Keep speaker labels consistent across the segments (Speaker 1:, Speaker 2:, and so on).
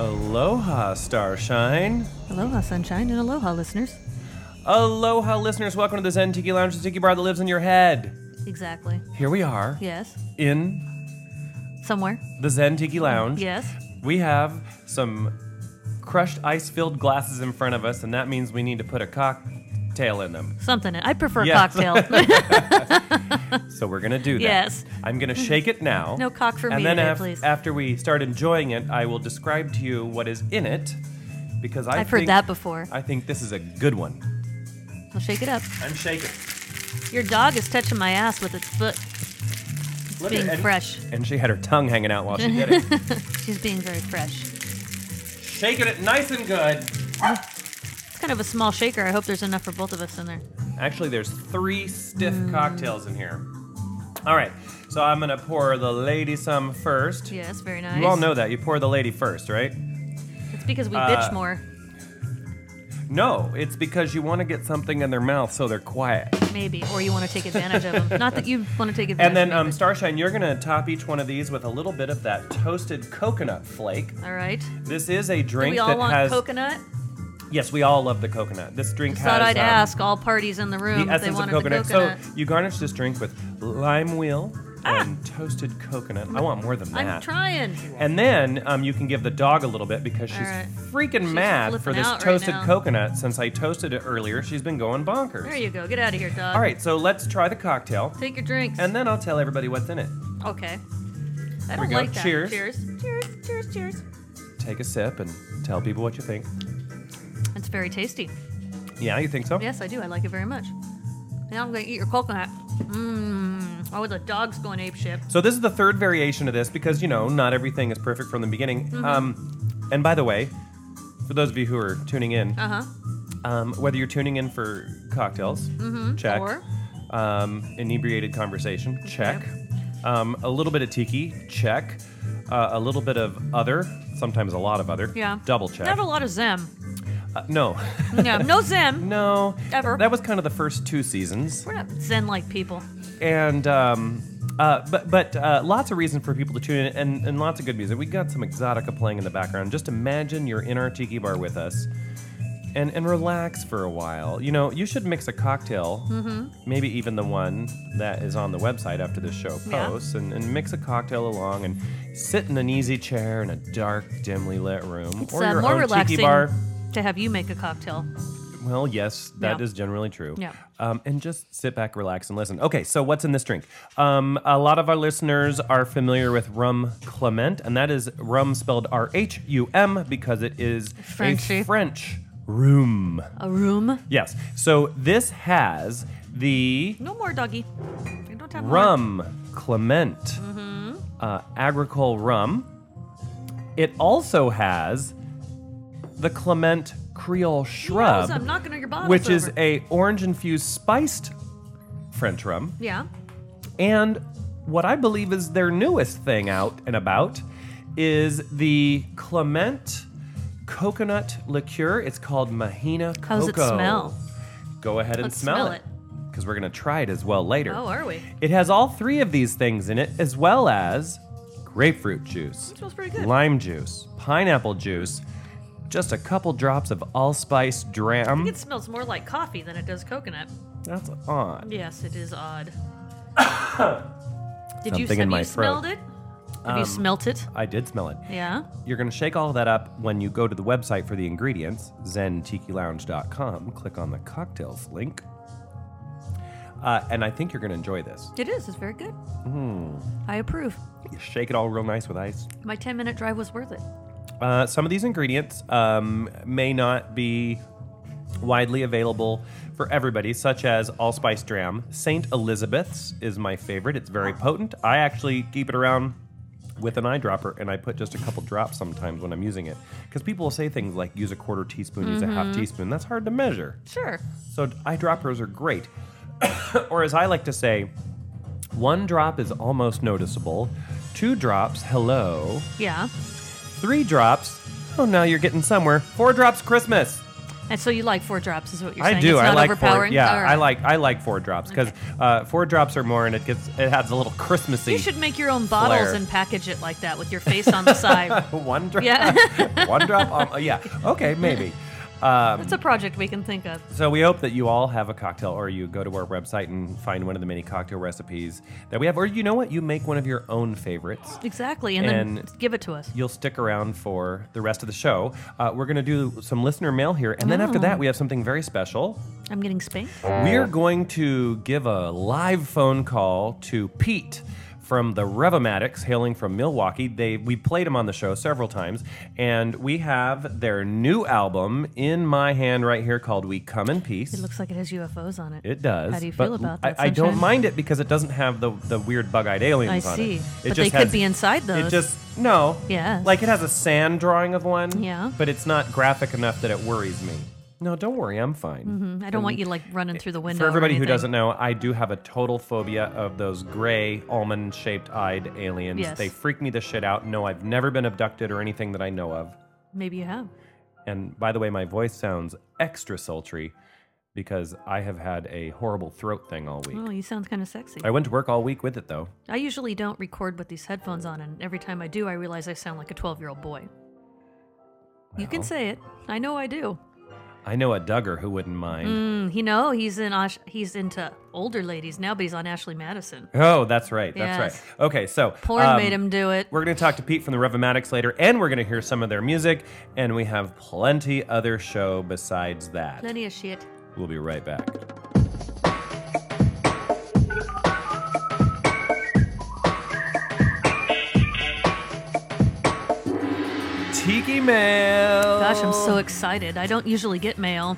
Speaker 1: Aloha, Starshine.
Speaker 2: Aloha, sunshine, and aloha, listeners.
Speaker 1: Aloha, listeners. Welcome to the Zen Tiki Lounge, the tiki bar that lives in your head.
Speaker 2: Exactly.
Speaker 1: Here we are
Speaker 2: Yes.
Speaker 1: in
Speaker 2: Somewhere.
Speaker 1: the Zen Tiki Lounge.
Speaker 2: Yes.
Speaker 1: We have some crushed ice filled glasses in front of us, and that means we need to put a cocktail in them.
Speaker 2: Something. I prefer
Speaker 1: Yes.
Speaker 2: cocktail.
Speaker 1: So we're going to do that.
Speaker 2: Yes.
Speaker 1: I'm going to shake it now.
Speaker 2: No cock for
Speaker 1: and
Speaker 2: me
Speaker 1: then
Speaker 2: today,
Speaker 1: af-
Speaker 2: please.
Speaker 1: after we start enjoying it, I will describe to you what is in it because I
Speaker 2: I've heard
Speaker 1: think-
Speaker 2: that before.
Speaker 1: I think this is a good one.
Speaker 2: I'll shake it up.
Speaker 1: I'm shaking.
Speaker 2: Your dog is touching my ass with its foot. It's
Speaker 1: Look at
Speaker 2: being
Speaker 1: Eddie.
Speaker 2: fresh.
Speaker 1: And she had her tongue hanging out while she did it.
Speaker 2: She's being very fresh.
Speaker 1: shaking it nice and good.
Speaker 2: It's kind of a small shaker. I hope there's enough for both of us in there.
Speaker 1: Actually, there's three stiff cocktails in here. All right, so I'm gonna pour the lady some first.
Speaker 2: Yes, very nice.
Speaker 1: You all know that you pour the lady first, right?
Speaker 2: It's because we
Speaker 1: uh,
Speaker 2: bitch more,
Speaker 1: No, it's because you want to get something in their mouth so they're quiet.
Speaker 2: maybe, or you want to take advantage of them. Not that you want to take advantage.
Speaker 1: And then,
Speaker 2: of me,
Speaker 1: um, Starshine, you're gonna top each one of these with a little bit of that toasted coconut flake.
Speaker 2: but- all right.
Speaker 1: This is a
Speaker 2: Do
Speaker 1: drink
Speaker 2: we all
Speaker 1: that
Speaker 2: want
Speaker 1: has.
Speaker 2: coconut?
Speaker 1: yes, we all love the coconut. This drink
Speaker 2: Just
Speaker 1: has.
Speaker 2: thought I'd
Speaker 1: um,
Speaker 2: ask all parties in the room
Speaker 1: the
Speaker 2: if they
Speaker 1: essence of
Speaker 2: wanted
Speaker 1: coconut.
Speaker 2: the coconut. Ah.
Speaker 1: So you garnish this drink with lime wheel and toasted coconut. I want more than that.
Speaker 2: I'm trying.
Speaker 1: And then um, you can give the dog a little bit because she's
Speaker 2: All right.
Speaker 1: freaking
Speaker 2: She's
Speaker 1: mad for
Speaker 2: flipping
Speaker 1: this
Speaker 2: out right
Speaker 1: toasted
Speaker 2: now.
Speaker 1: coconut. Since I toasted it earlier, she's been going bonkers.
Speaker 2: There you go. Get out of here, dog.
Speaker 1: All right, so let's try the cocktail,
Speaker 2: Take your drinks.
Speaker 1: and then I'll tell everybody what's in it.
Speaker 2: okay. I
Speaker 1: we
Speaker 2: don't
Speaker 1: go.
Speaker 2: like that.
Speaker 1: Cheers.
Speaker 2: Cheers. Cheers. Cheers. Cheers.
Speaker 1: Take a sip and tell people what you think.
Speaker 2: It's very tasty.
Speaker 1: Yeah, you think so?
Speaker 2: Yes, I do. I like it very much. Now I'm going to eat your coconut. Mmm. Oh, the dog's going ape shit.
Speaker 1: So this is the third variation of this because you know not everything is perfect from the beginning.
Speaker 2: Mm-hmm.
Speaker 1: Um, and by the way, for those of you who are tuning in,
Speaker 2: Uh huh.
Speaker 1: um, whether you're tuning in for cocktails, check.
Speaker 2: Mm-hmm. Or
Speaker 1: um, inebriated conversation, check. Um, a little bit of tiki, check. Uh, a little bit of other, sometimes a lot of other.
Speaker 2: Yeah.
Speaker 1: Double check.
Speaker 2: not a lot of Zim.
Speaker 1: Uh, no,
Speaker 2: No, no Zim.
Speaker 1: no.
Speaker 2: Ever.
Speaker 1: That was kind of the first two seasons,
Speaker 2: We're not Zen-like people.
Speaker 1: and um, uh, but but uh, lots of reason for people to tune in, and, and lots of good music. We got some exotica playing in the background. Just imagine you're in our tiki bar with us. And, and relax for a while. You know, you should mix a cocktail,
Speaker 2: Mm-hmm.
Speaker 1: maybe even the one that is on the website after this show
Speaker 2: Yeah.
Speaker 1: posts, and, and mix a cocktail along and sit in an easy chair in a dark, dimly lit room
Speaker 2: It's
Speaker 1: or
Speaker 2: uh,
Speaker 1: your
Speaker 2: more
Speaker 1: own
Speaker 2: relaxing
Speaker 1: tiki bar.
Speaker 2: to have you make a cocktail.
Speaker 1: Well, yes, that is
Speaker 2: Yeah.
Speaker 1: generally true.
Speaker 2: Yeah.
Speaker 1: Um, and just sit back, relax, and listen. Okay, so what's in this drink? Um, a lot of our listeners are familiar with rum clement, and that is rum spelled R H U M because it is
Speaker 2: Frenchy.
Speaker 1: a French room.
Speaker 2: A room.
Speaker 1: Yes. So this has the
Speaker 2: No more doggy. I don't have more.
Speaker 1: rum clement,
Speaker 2: Mm-hmm.
Speaker 1: uh, agricole rum. It also has the clement Creole
Speaker 2: Rose,
Speaker 1: shrub
Speaker 2: I'm knocking on your bottles
Speaker 1: which is
Speaker 2: over.
Speaker 1: a orange infused spiced French rum,
Speaker 2: yeah.
Speaker 1: and what I believe is their newest thing out and about is the Clement coconut liqueur. It's called Mahina Coco.
Speaker 2: How's it smell?
Speaker 1: Go ahead and
Speaker 2: Let's
Speaker 1: smell,
Speaker 2: smell
Speaker 1: it
Speaker 2: it.
Speaker 1: because we're gonna try it as well later.
Speaker 2: Oh, are we?
Speaker 1: It has all three of these things in it, as well as grapefruit juice,
Speaker 2: smells pretty good.
Speaker 1: lime juice, pineapple juice, just a couple drops of allspice dram.
Speaker 2: It smells more like coffee than it does coconut.
Speaker 1: That's odd.
Speaker 2: Yes, it is odd. Did you,
Speaker 1: Something in
Speaker 2: have
Speaker 1: my Um,
Speaker 2: you smelled it? Have you smelt it?
Speaker 1: I did smell it.
Speaker 2: Yeah.
Speaker 1: You're going to shake all that up when you go to the website for the ingredients, zentikilounge.com. Click on the cocktails link. Uh, and I think you're going to enjoy this.
Speaker 2: It is. It's very good.
Speaker 1: Hmm.
Speaker 2: I approve.
Speaker 1: You shake it all real nice with ice.
Speaker 2: My 10 minute drive was worth it.
Speaker 1: Uh, some of these ingredients um, may not be widely available for everybody, such as allspice dram. St. Elizabeth's is my favorite. It's very potent. I actually keep it around with an eyedropper and I put just a couple drops sometimes when I'm using it. Because people will say things like use a quarter teaspoon, use a half teaspoon. That's hard to measure.
Speaker 2: Sure.
Speaker 1: So eyedroppers are great. or as I like to say, one drop is almost noticeable, two drops, hello.
Speaker 2: Yeah.
Speaker 1: Three drops. Oh, now you're getting somewhere. Four drops Christmas.
Speaker 2: And so you like four drops, is what you're saying?
Speaker 1: I do.
Speaker 2: It's
Speaker 1: I
Speaker 2: not
Speaker 1: like four.
Speaker 2: overpowering?
Speaker 1: Yeah,
Speaker 2: All
Speaker 1: I
Speaker 2: right.
Speaker 1: like I like four drops because uh, four drops are more, and it gets it has a little Christmassy.
Speaker 2: You should make your own bottles
Speaker 1: Flair.
Speaker 2: and package it like that with your face on the side.
Speaker 1: one drop.
Speaker 2: Yeah.
Speaker 1: one drop. Um, uh, yeah. Okay. Maybe. Um,
Speaker 2: That's a project we can think of.
Speaker 1: so we hope that you all have a cocktail, or you go to our website and find one of the many cocktail recipes that we have, or you know what, you make one of your own favorites.
Speaker 2: Exactly. And, then
Speaker 1: And-
Speaker 2: give it to us.
Speaker 1: You'll stick around for the rest of the show. Uh, we're going to do some listener mail here, and then after
Speaker 2: Oh.
Speaker 1: that, we have something very special.
Speaker 2: I'm getting spanked.
Speaker 1: We're going to give a live phone call to Pete from the Revomatics, hailing from Milwaukee. They we played him on the show several times, and we have their new album in my hand right here called "We Come in Peace."
Speaker 2: It looks like it has UFOs on it.
Speaker 1: It does.
Speaker 2: How do you
Speaker 1: but
Speaker 2: feel about that?
Speaker 1: I, I don't
Speaker 2: Sunshine?
Speaker 1: mind it because it doesn't have the, the weird bug-eyed aliens
Speaker 2: I
Speaker 1: on
Speaker 2: see.
Speaker 1: it. It
Speaker 2: But they
Speaker 1: just
Speaker 2: could
Speaker 1: has-
Speaker 2: be inside those.
Speaker 1: It just no.
Speaker 2: Yes.
Speaker 1: Like it has a sand drawing of one.
Speaker 2: Yeah.
Speaker 1: But it's not graphic enough that it worries me. No, don't worry. I'm fine.
Speaker 2: Mm, I don't want you like running through the window.
Speaker 1: For
Speaker 2: or
Speaker 1: everybody who
Speaker 2: anything.
Speaker 1: doesn't know, I do have a total phobia of those gray, almond shaped eyed aliens.
Speaker 2: Yes.
Speaker 1: They freak me the shit out. No, I've never been abducted or anything that I know of.
Speaker 2: Maybe you have.
Speaker 1: And by the way, my voice sounds extra sultry because I have had a horrible throat thing all week.
Speaker 2: Well, you sound kind of sexy.
Speaker 1: I went to work all week with it though.
Speaker 2: I usually don't record with these headphones on, and every time I do, I realize I sound like a 12 year old boy. You can
Speaker 1: Well.
Speaker 2: say it. I know I do.
Speaker 1: I know a Duggar who wouldn't mind.
Speaker 2: Mm, you know, he's in Ash- he's into older ladies now, but he's on Ashley Madison.
Speaker 1: Oh, that's right. That's
Speaker 2: Yes.
Speaker 1: right. Okay, so
Speaker 2: Porn
Speaker 1: um,
Speaker 2: made him do it.
Speaker 1: We're going to talk to Pete from the Revomatics later, and we're going to hear some of their music, and we have plenty other show besides that.
Speaker 2: Plenty of shit.
Speaker 1: We'll be right back. Tiki mail.
Speaker 2: Gosh, I'm
Speaker 1: Oh.
Speaker 2: so excited. I don't usually get mail.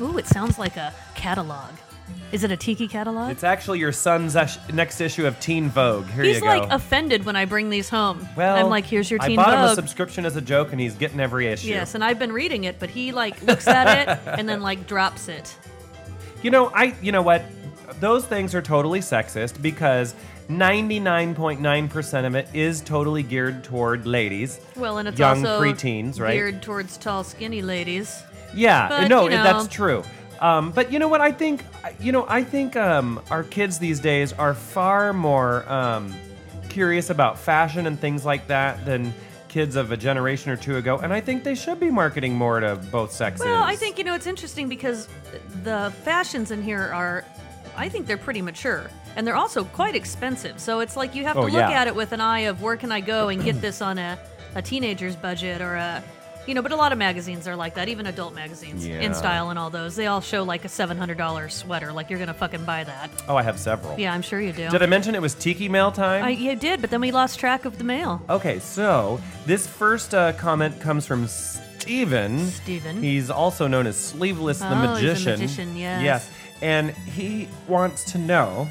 Speaker 2: Ooh, it sounds like a catalog. Is it a tiki catalog?
Speaker 1: It's actually your son's ash- next issue of Teen Vogue. Here
Speaker 2: He's
Speaker 1: you go.
Speaker 2: like offended when I bring these home.
Speaker 1: well,
Speaker 2: I'm like, here's your
Speaker 1: I
Speaker 2: Teen
Speaker 1: bought him a
Speaker 2: Vogue.
Speaker 1: subscription as a joke, and he's getting every issue.
Speaker 2: yes, and I've been reading it, but he like looks at it and then like drops it.
Speaker 1: You know, I you know what? Those things are totally sexist because 99.9% of it is totally geared toward ladies.
Speaker 2: Well, and it's
Speaker 1: young
Speaker 2: also
Speaker 1: preteens, right?
Speaker 2: geared towards tall, skinny ladies.
Speaker 1: Yeah,
Speaker 2: but,
Speaker 1: no,
Speaker 2: you know.
Speaker 1: that's true. Um, but you know what? I think you know. I think um, our kids these days are far more um, curious about fashion and things like that than kids of a generation or two ago. And I think they should be marketing more to both sexes.
Speaker 2: Well, I think you know it's interesting because the fashions in here are, I think they're pretty mature and they're also quite expensive. So it's like you have
Speaker 1: Oh,
Speaker 2: to look
Speaker 1: yeah.
Speaker 2: at it with an eye of where can I go and get this on a, a teenager's budget or a, you know. But a lot of magazines are like that, even adult magazines,
Speaker 1: Yeah.
Speaker 2: in style and all those. They all show like a seven hundred dollar sweater, like you're gonna fucking buy that.
Speaker 1: Oh, I have several.
Speaker 2: Yeah, Uh, I'm sure you do.
Speaker 1: Did I mention it was Tiki Mail time?
Speaker 2: I, you did, but then we lost track of the mail.
Speaker 1: Okay, so this first uh, comment comes from Steven.
Speaker 2: Steven.
Speaker 1: He's also known as Sleeveless the
Speaker 2: Oh, he's a
Speaker 1: Magician.
Speaker 2: magician, yes.
Speaker 1: Yes. And he wants to know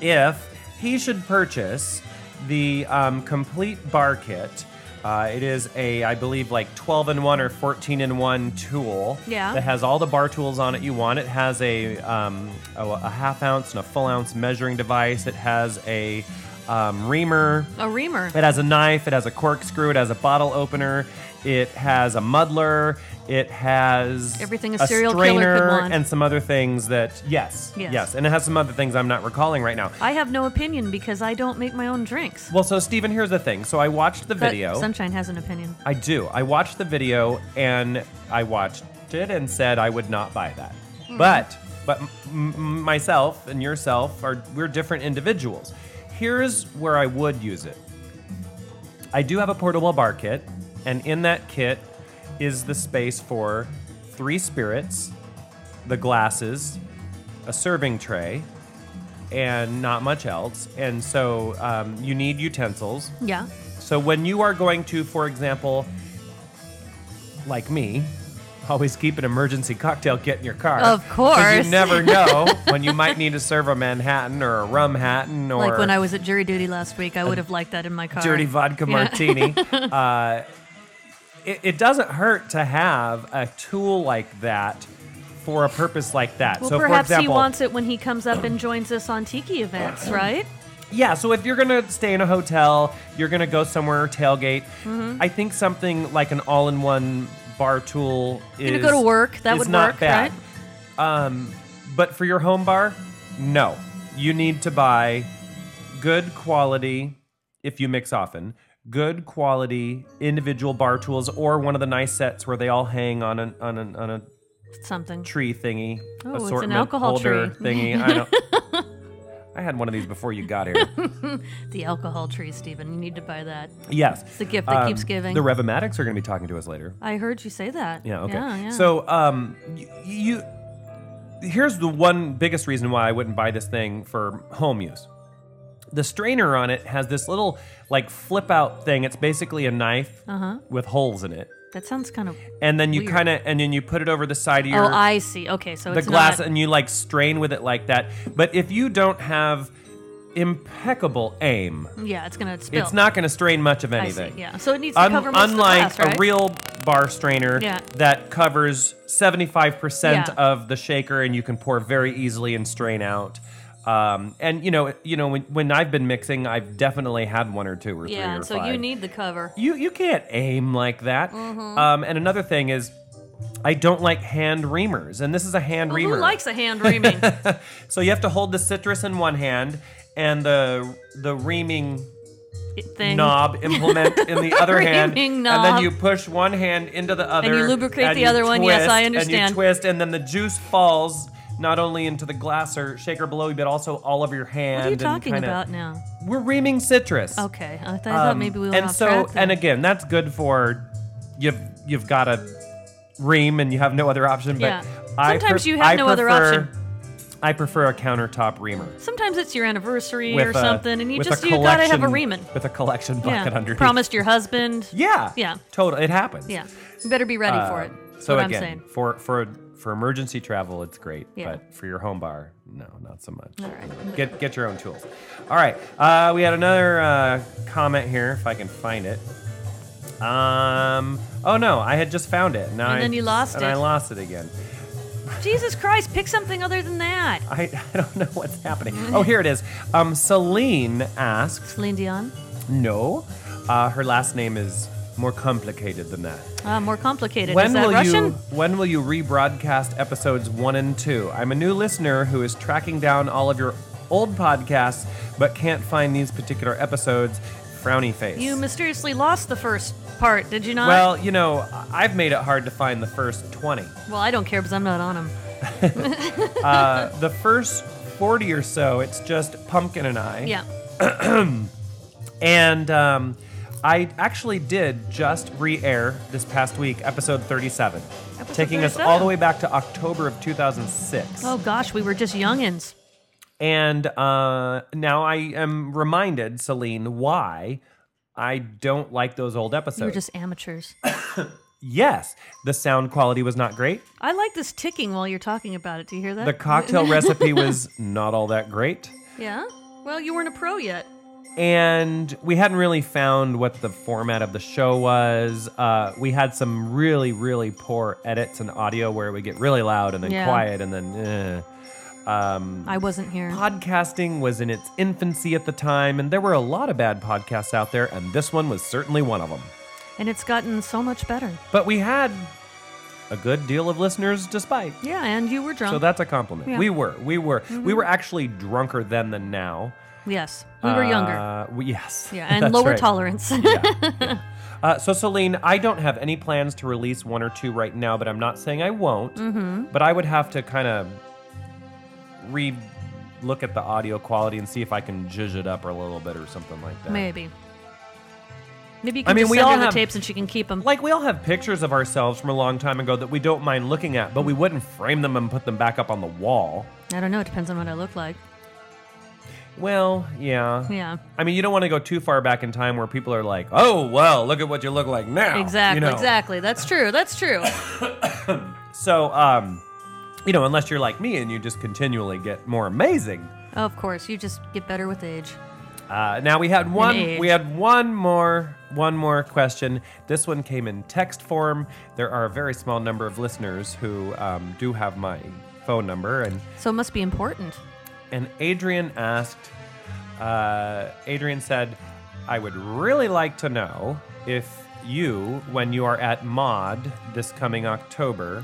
Speaker 1: if he should purchase the um, complete bar kit. Uh, it is a, I believe, like 12 in 1 or 14 in 1 tool
Speaker 2: Yeah.
Speaker 1: that has all the bar tools on it you want. It has a, um, a, a half ounce and a full ounce measuring device. It has a um, reamer.
Speaker 2: A reamer.
Speaker 1: It has a knife, it has a corkscrew, it has a bottle opener, it has a muddler, it has
Speaker 2: Everything a serial killer could want.
Speaker 1: and some other things that yes, yes,
Speaker 2: Yes.
Speaker 1: and it has some other things I'm not recalling right now.
Speaker 2: I have no opinion because I don't make my own drinks.
Speaker 1: Well, so Steven, here's the thing. So I watched the
Speaker 2: But
Speaker 1: video.
Speaker 2: Sunshine has an opinion.
Speaker 1: I do. I watched the video and I watched it and said I would not buy that. But but m- m- myself and yourself are we're different individuals. Here's where I would use it. I do have a portable bar kit, and in that kit is the space for three spirits, the glasses, a serving tray, and not much else. And so um, you need utensils.
Speaker 2: Yeah.
Speaker 1: So when you are going to, for example, like me, always keep an emergency cocktail kit in your car.
Speaker 2: Of
Speaker 1: 'Cause
Speaker 2: course.
Speaker 1: You never know when you might need to serve a Manhattan or a rum Hatton or
Speaker 2: like when I was at jury duty last week, I would have liked that in my car.
Speaker 1: dirty vodka
Speaker 2: Yeah.
Speaker 1: martini. uh, it, it doesn't hurt to have a tool like that for a purpose like that.
Speaker 2: Well,
Speaker 1: so for
Speaker 2: perhaps
Speaker 1: example,
Speaker 2: he wants it when he comes up and joins us on tiki events, right?
Speaker 1: Yeah, so if you're gonna stay in a
Speaker 2: Mm-hmm.
Speaker 1: hotel, you're gonna go somewhere tailgate. I think something like an all-in-one bar tool is
Speaker 2: Gonna go to work, that
Speaker 1: is
Speaker 2: would
Speaker 1: not
Speaker 2: work,
Speaker 1: bad. Um, but for your home bar, no. You need to buy good quality if you mix often. Good quality individual bar tools or one of the nice sets where they all hang on an, on an, on a
Speaker 2: Something.
Speaker 1: tree thingy
Speaker 2: Oh, it's an
Speaker 1: assortment
Speaker 2: alcohol
Speaker 1: holder
Speaker 2: tree.
Speaker 1: thingy. I don't. I had one of these before you got here.
Speaker 2: The alcohol tree, Stephen. You need to buy that.
Speaker 1: Yes. Um,
Speaker 2: It's the gift that keeps giving.
Speaker 1: The Revomatics are going to be talking to us later.
Speaker 2: I heard you say that.
Speaker 1: Yeah. Okay.
Speaker 2: Yeah, yeah.
Speaker 1: So, um, y- you here's the one biggest reason why I wouldn't buy this thing for home use. The strainer on it has this little like flip out thing. It's basically a knife
Speaker 2: Uh-huh.
Speaker 1: with holes in it,
Speaker 2: that sounds kind of.
Speaker 1: and then you
Speaker 2: Weird.
Speaker 1: kind of and then you put it over the side of your
Speaker 2: Oh, I see. Okay, so
Speaker 1: the
Speaker 2: it's
Speaker 1: glass
Speaker 2: Not,
Speaker 1: and you like strain with it like that. But if you don't have impeccable aim,
Speaker 2: yeah, it's gonna spill.
Speaker 1: it's not going to strain much of
Speaker 2: I see,
Speaker 1: anything.
Speaker 2: Yeah, so it needs to
Speaker 1: Un-
Speaker 2: cover most
Speaker 1: unlike
Speaker 2: of the glass, right?
Speaker 1: a real bar strainer
Speaker 2: Yeah.
Speaker 1: that covers 75%
Speaker 2: Yeah.
Speaker 1: of the shaker and you can pour very easily and strain out. Um, and you know, you know, when, when I've been mixing, I've definitely had one or two or three
Speaker 2: Yeah,
Speaker 1: or
Speaker 2: and so
Speaker 1: five
Speaker 2: you need Mm-hmm. the cover.
Speaker 1: you you can't aim like that. Um, and another thing is, I don't like hand reamers, and this is a hand
Speaker 2: Well,
Speaker 1: reamer.
Speaker 2: who likes a hand reaming?
Speaker 1: so you have to hold the citrus in one hand and the the reaming
Speaker 2: thing?
Speaker 1: knob implement in the other hand,
Speaker 2: Reaming
Speaker 1: and then
Speaker 2: knob.
Speaker 1: you push one hand into the other,
Speaker 2: you lubricate
Speaker 1: and
Speaker 2: the
Speaker 1: you
Speaker 2: other one. Yes, I
Speaker 1: And you
Speaker 2: understand.
Speaker 1: twist, and then the juice falls. Not only into the glass or shaker below you, but also all over your hand.
Speaker 2: What are you
Speaker 1: and
Speaker 2: talking
Speaker 1: kinda-
Speaker 2: about now?
Speaker 1: We're reaming citrus.
Speaker 2: Okay, I, th- I thought
Speaker 1: Um,
Speaker 2: maybe we went
Speaker 1: and
Speaker 2: off
Speaker 1: so
Speaker 2: track there.
Speaker 1: and again that's good for you've you've got a ream and you have no other option but
Speaker 2: Yeah.
Speaker 1: I
Speaker 2: Sometimes
Speaker 1: pref-
Speaker 2: you have
Speaker 1: I
Speaker 2: no other
Speaker 1: prefer-
Speaker 2: option.
Speaker 1: i prefer a countertop reamer
Speaker 2: Sometimes it's your anniversary
Speaker 1: with
Speaker 2: or
Speaker 1: a-
Speaker 2: something, and you
Speaker 1: with a
Speaker 2: just you gotta have a
Speaker 1: collection-
Speaker 2: reaming.
Speaker 1: with a collection bucket
Speaker 2: yeah,
Speaker 1: underneath
Speaker 2: promised your husband.
Speaker 1: yeah
Speaker 2: Yeah.
Speaker 1: totally it happens
Speaker 2: Yeah, you better be ready for
Speaker 1: Uh,
Speaker 2: it. That's
Speaker 1: so
Speaker 2: what
Speaker 1: again
Speaker 2: I'm saying.
Speaker 1: for for for emergency travel it's great
Speaker 2: Yeah.
Speaker 1: but for your home bar no not so much
Speaker 2: All right.
Speaker 1: Get, get your own tools. All right. Uh, we had another uh, comment here, if I can find it. Um. Oh no, I had just found it. Now
Speaker 2: And
Speaker 1: I,
Speaker 2: then you lost
Speaker 1: and
Speaker 2: it.
Speaker 1: I lost it again.
Speaker 2: Jesus Christ, pick something other than that.
Speaker 1: I, I don't know what's happening. Oh, here it is. Um, Celine asks.
Speaker 2: Celine Dion.
Speaker 1: No, uh, her last name is more complicated than that.
Speaker 2: Uh, more complicated.
Speaker 1: When
Speaker 2: Is that
Speaker 1: will
Speaker 2: Russian?
Speaker 1: you when will you rebroadcast episodes one and two? I'm a new listener who is tracking down all of your old podcasts but can't find these particular episodes. Frowny face.
Speaker 2: You mysteriously lost the first part, did you not?
Speaker 1: well, you know, I- I've made it hard to find the first twenty.
Speaker 2: Well, I don't care because I'm not on them.
Speaker 1: Uh, the first forty or so, it's just Pumpkin and I.
Speaker 2: Yeah.
Speaker 1: And um, I actually did just re-air this past week episode thirty-seven,
Speaker 2: Episode
Speaker 1: taking us all the
Speaker 2: 37.
Speaker 1: way back to October of two thousand six.
Speaker 2: Oh gosh, we were just youngins.
Speaker 1: And uh, now I am reminded, Celine, why I don't like those old
Speaker 2: We were
Speaker 1: episodes.
Speaker 2: just amateurs.
Speaker 1: yes, the sound quality was not great.
Speaker 2: I like this ticking while you're talking about it. Do you hear that?
Speaker 1: The cocktail recipe was not all that great.
Speaker 2: Yeah. Well, you weren't a pro yet.
Speaker 1: And we hadn't really found what the format of the show was. Uh, we had some really, really poor edits and audio where it would get really loud and then
Speaker 2: Yeah.
Speaker 1: quiet and then. Eh. Um,
Speaker 2: I wasn't here.
Speaker 1: podcasting was in its infancy at the time, and there were a lot of bad podcasts out there, and this one was certainly one of them.
Speaker 2: And it's gotten so much better.
Speaker 1: But we had a good deal of listeners despite.
Speaker 2: Yeah, and you were drunk.
Speaker 1: So that's a compliment.
Speaker 2: Yeah.
Speaker 1: We were, we were, we were actually drunker then than now.
Speaker 2: yes. We were younger.
Speaker 1: Uh, we, yes.
Speaker 2: Yeah, and
Speaker 1: That's
Speaker 2: lower
Speaker 1: right.
Speaker 2: tolerance.
Speaker 1: Uh, so, Celine, I don't have any plans to release one or two right now, but I'm not saying I won't.
Speaker 2: Mm-hmm.
Speaker 1: But I would have to kind of re look at the audio quality and see if I can jizz it up a little bit or something like that.
Speaker 2: Maybe. Maybe you
Speaker 1: I
Speaker 2: can
Speaker 1: mean,
Speaker 2: just
Speaker 1: we
Speaker 2: send
Speaker 1: all
Speaker 2: her the
Speaker 1: have-
Speaker 2: tapes and she can keep them.
Speaker 1: Like, we all have pictures of ourselves from a long time ago that we don't mind looking at, but we wouldn't frame them and put them back up on the wall.
Speaker 2: I don't know. It depends on what I look like.
Speaker 1: Well, yeah.
Speaker 2: Yeah.
Speaker 1: I mean, you don't want to go too far back in time where people are like, "Oh, well, look at what you look like now." you
Speaker 2: Exactly.
Speaker 1: know?
Speaker 2: Exactly. That's true. That's true.
Speaker 1: So, um, you know, unless you're like me and you just continually get more amazing.
Speaker 2: Oh, of course. You just get better with age.
Speaker 1: Uh, now we had one.
Speaker 2: age.
Speaker 1: We had one more. One more question. This one came in text form. There are a very small number of listeners who um, do have my phone number, and
Speaker 2: So it must be important.
Speaker 1: and Adrian asked. Uh, Adrian said, "I would really like to know if you when you are at Mod this coming October.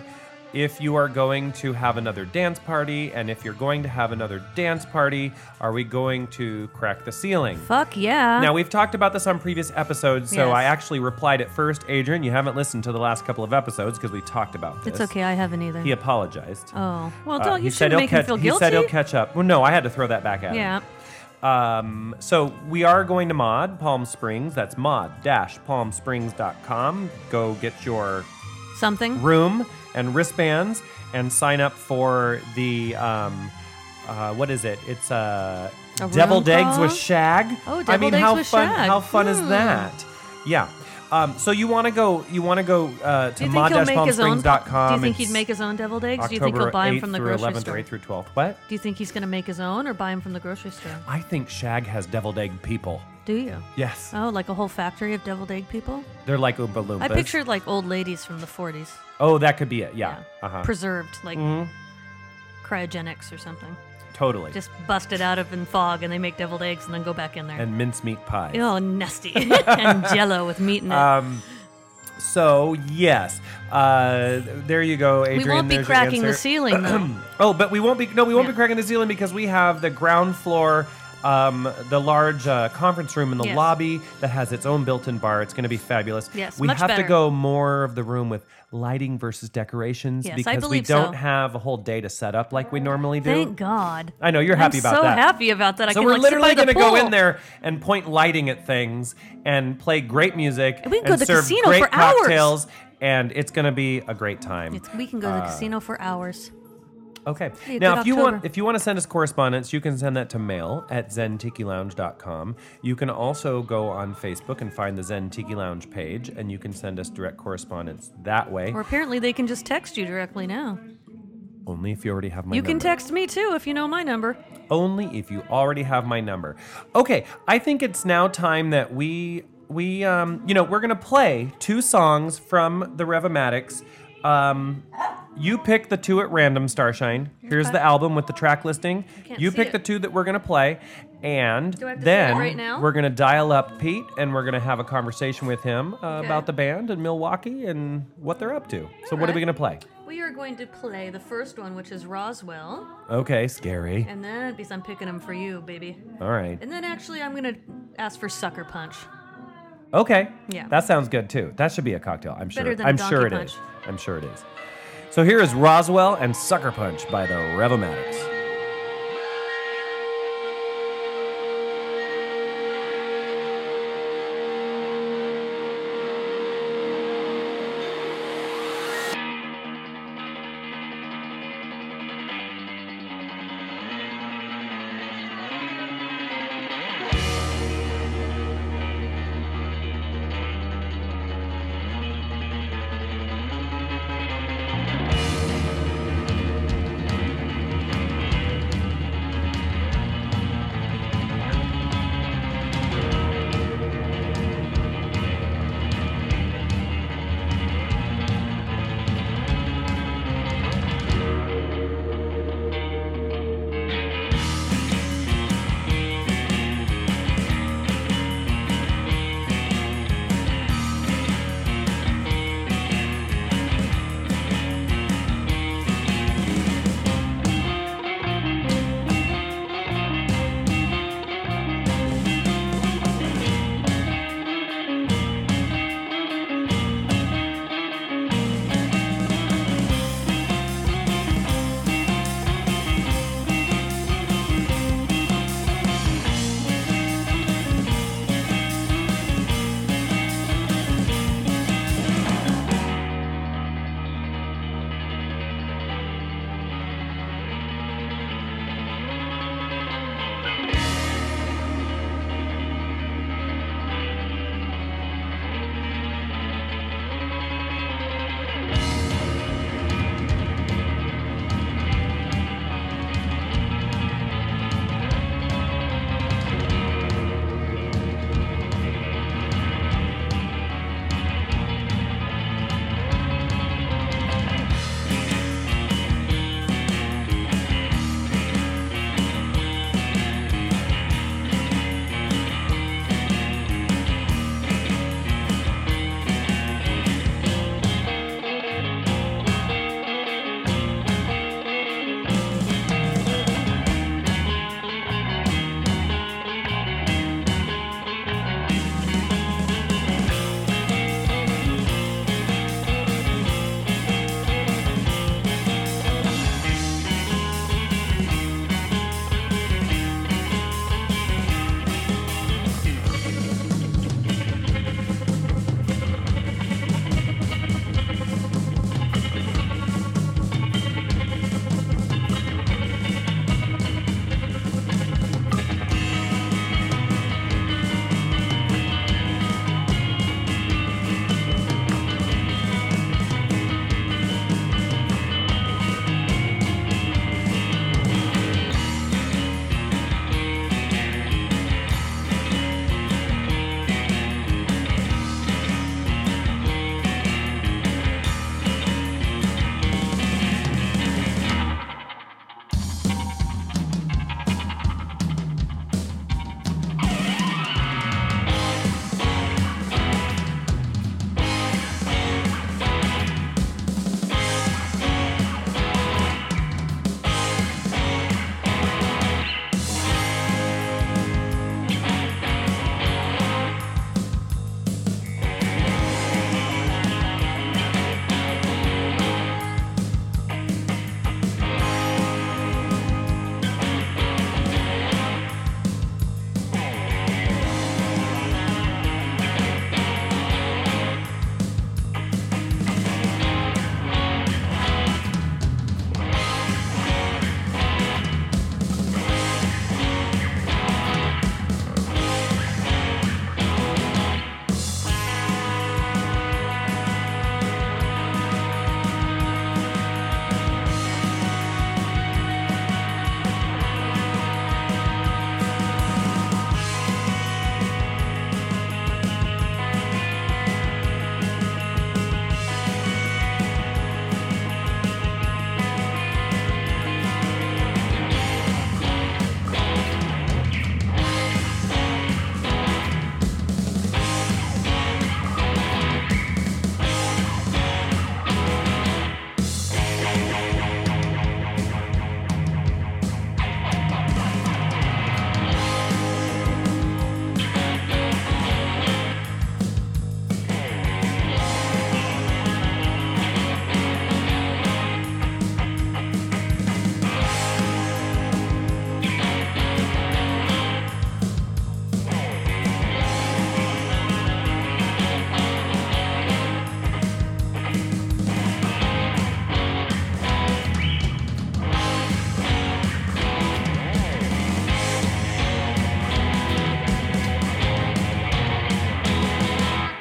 Speaker 1: If you are going to have another dance party, and if you're going to have another dance party, are we going to crack the ceiling?
Speaker 2: Fuck yeah.
Speaker 1: Now, we've talked about this on previous episodes, so
Speaker 2: Yes.
Speaker 1: I actually replied at first, Adrian. You haven't listened to the last couple of episodes because we talked about this.
Speaker 2: it's okay. I haven't either.
Speaker 1: He apologized.
Speaker 2: Oh. Well,
Speaker 1: Uh,
Speaker 2: don't
Speaker 1: he
Speaker 2: you
Speaker 1: said
Speaker 2: shouldn't
Speaker 1: he'll
Speaker 2: make
Speaker 1: catch,
Speaker 2: him feel
Speaker 1: He
Speaker 2: guilty.
Speaker 1: said he'll catch up. Well, no, I had to throw that back at
Speaker 2: yeah.
Speaker 1: him. Um, so we are going to Mod Palm Springs. That's mod-palmsprings.com. Go get your
Speaker 2: Something.
Speaker 1: room and wristbands and sign up for the um, uh, what is it? It's uh,
Speaker 2: A room
Speaker 1: deviled eggs with
Speaker 2: crawl?
Speaker 1: shag.
Speaker 2: Oh,
Speaker 1: I
Speaker 2: deviled
Speaker 1: mean,
Speaker 2: eggs
Speaker 1: how
Speaker 2: with
Speaker 1: fun!
Speaker 2: shag. Hmm.
Speaker 1: How fun is that? Yeah. Um, so you want to go? You want to go uh, to
Speaker 2: Do you think he'll make his own?
Speaker 1: mod-palmsprings.com.
Speaker 2: Do you think
Speaker 1: It's
Speaker 2: he'd make his own deviled eggs?
Speaker 1: October
Speaker 2: do you think he'll buy
Speaker 1: 8th
Speaker 2: them from the
Speaker 1: through
Speaker 2: grocery
Speaker 1: 11th
Speaker 2: store?
Speaker 1: or 8th through 12th. What?
Speaker 2: Do you think he's going to make his own or buy them from the grocery store?
Speaker 1: I think Shag has deviled egg people.
Speaker 2: Do you?
Speaker 1: Yes.
Speaker 2: Oh, like a whole factory of deviled egg people?
Speaker 1: They're like Oompa Loompas.
Speaker 2: I pictured like old ladies from the 40s.
Speaker 1: Oh, that could be it. Yeah. Uh-huh. Mm-hmm.
Speaker 2: Preserved, like cryogenics or something.
Speaker 1: Totally.
Speaker 2: Just busted out of in fog and they make deviled eggs and then go back in there.
Speaker 1: and mincemeat pie.
Speaker 2: oh, nasty. and jello with meat in it.
Speaker 1: Um, So, yes. Uh, there you go, Adrian.
Speaker 2: we won't be
Speaker 1: There's your
Speaker 2: cracking the
Speaker 1: answer.
Speaker 2: ceiling, though.
Speaker 1: Oh, but we won't be. No, we won't be
Speaker 2: Yeah.
Speaker 1: cracking the ceiling because we have the ground floor, um, the large uh, conference room in the
Speaker 2: Yes.
Speaker 1: lobby that has its own built-in bar. It's going to be fabulous.
Speaker 2: Yes,
Speaker 1: we
Speaker 2: much
Speaker 1: have to
Speaker 2: better.
Speaker 1: go more of the room with lighting versus decorations
Speaker 2: Yes, I
Speaker 1: because we
Speaker 2: believe
Speaker 1: don't
Speaker 2: so.
Speaker 1: have a whole day to set up like we normally do.
Speaker 2: Thank God.
Speaker 1: I know you're happy
Speaker 2: I'm
Speaker 1: about
Speaker 2: so
Speaker 1: that.
Speaker 2: happy about that. I
Speaker 1: so
Speaker 2: can
Speaker 1: we're
Speaker 2: like, sit
Speaker 1: literally
Speaker 2: by the
Speaker 1: gonna go in
Speaker 2: pool.
Speaker 1: there and point lighting at things and play great music
Speaker 2: we can
Speaker 1: and
Speaker 2: go to the
Speaker 1: serve
Speaker 2: casino
Speaker 1: great
Speaker 2: for hours.
Speaker 1: cocktails, and it's going to be a great time.
Speaker 2: It's, we can go to
Speaker 1: Uh,
Speaker 2: the casino for hours.
Speaker 1: Okay.
Speaker 2: Be a
Speaker 1: Now,
Speaker 2: good
Speaker 1: if you want,
Speaker 2: October.
Speaker 1: if you want to send us correspondence, you can send that to mail at zentikilounge.com. You can also go on Facebook and find the Zen Tiki Lounge page, and you can send us direct correspondence that way.
Speaker 2: Or apparently they can just text you directly now.
Speaker 1: Only if you already have my
Speaker 2: You
Speaker 1: number.
Speaker 2: can text me too if you know my number.
Speaker 1: Only if you already have my number. Okay, I think it's now time that we we um you know we're gonna play two songs from the Revomatics. Um, you pick the two at random, Starshine. Here's the album with the track listing.
Speaker 2: can't
Speaker 1: You
Speaker 2: see
Speaker 1: pick
Speaker 2: it.
Speaker 1: the two that we're gonna play, and
Speaker 2: I have to say
Speaker 1: then
Speaker 2: it right now?
Speaker 1: we're gonna dial up Pete and we're gonna have a conversation with him uh, about the band and Milwaukee and what they're up to. so what are
Speaker 2: right.
Speaker 1: we gonna play?
Speaker 2: We are going to play the first one, which is Roswell,
Speaker 1: Okay, scary.
Speaker 2: and then because I'm picking them for you, baby.
Speaker 1: All right.
Speaker 2: And then actually, I'm gonna ask for Sucker Punch.
Speaker 1: Okay.
Speaker 2: Yeah.
Speaker 1: That sounds good too. That should be a cocktail. I'm sure.
Speaker 2: Better than
Speaker 1: I'm
Speaker 2: Donkey
Speaker 1: sure
Speaker 2: Punch.
Speaker 1: it is. I'm sure it is. So here is Roswell and Sucker Punch by the Revomatics.
Speaker 3: Thank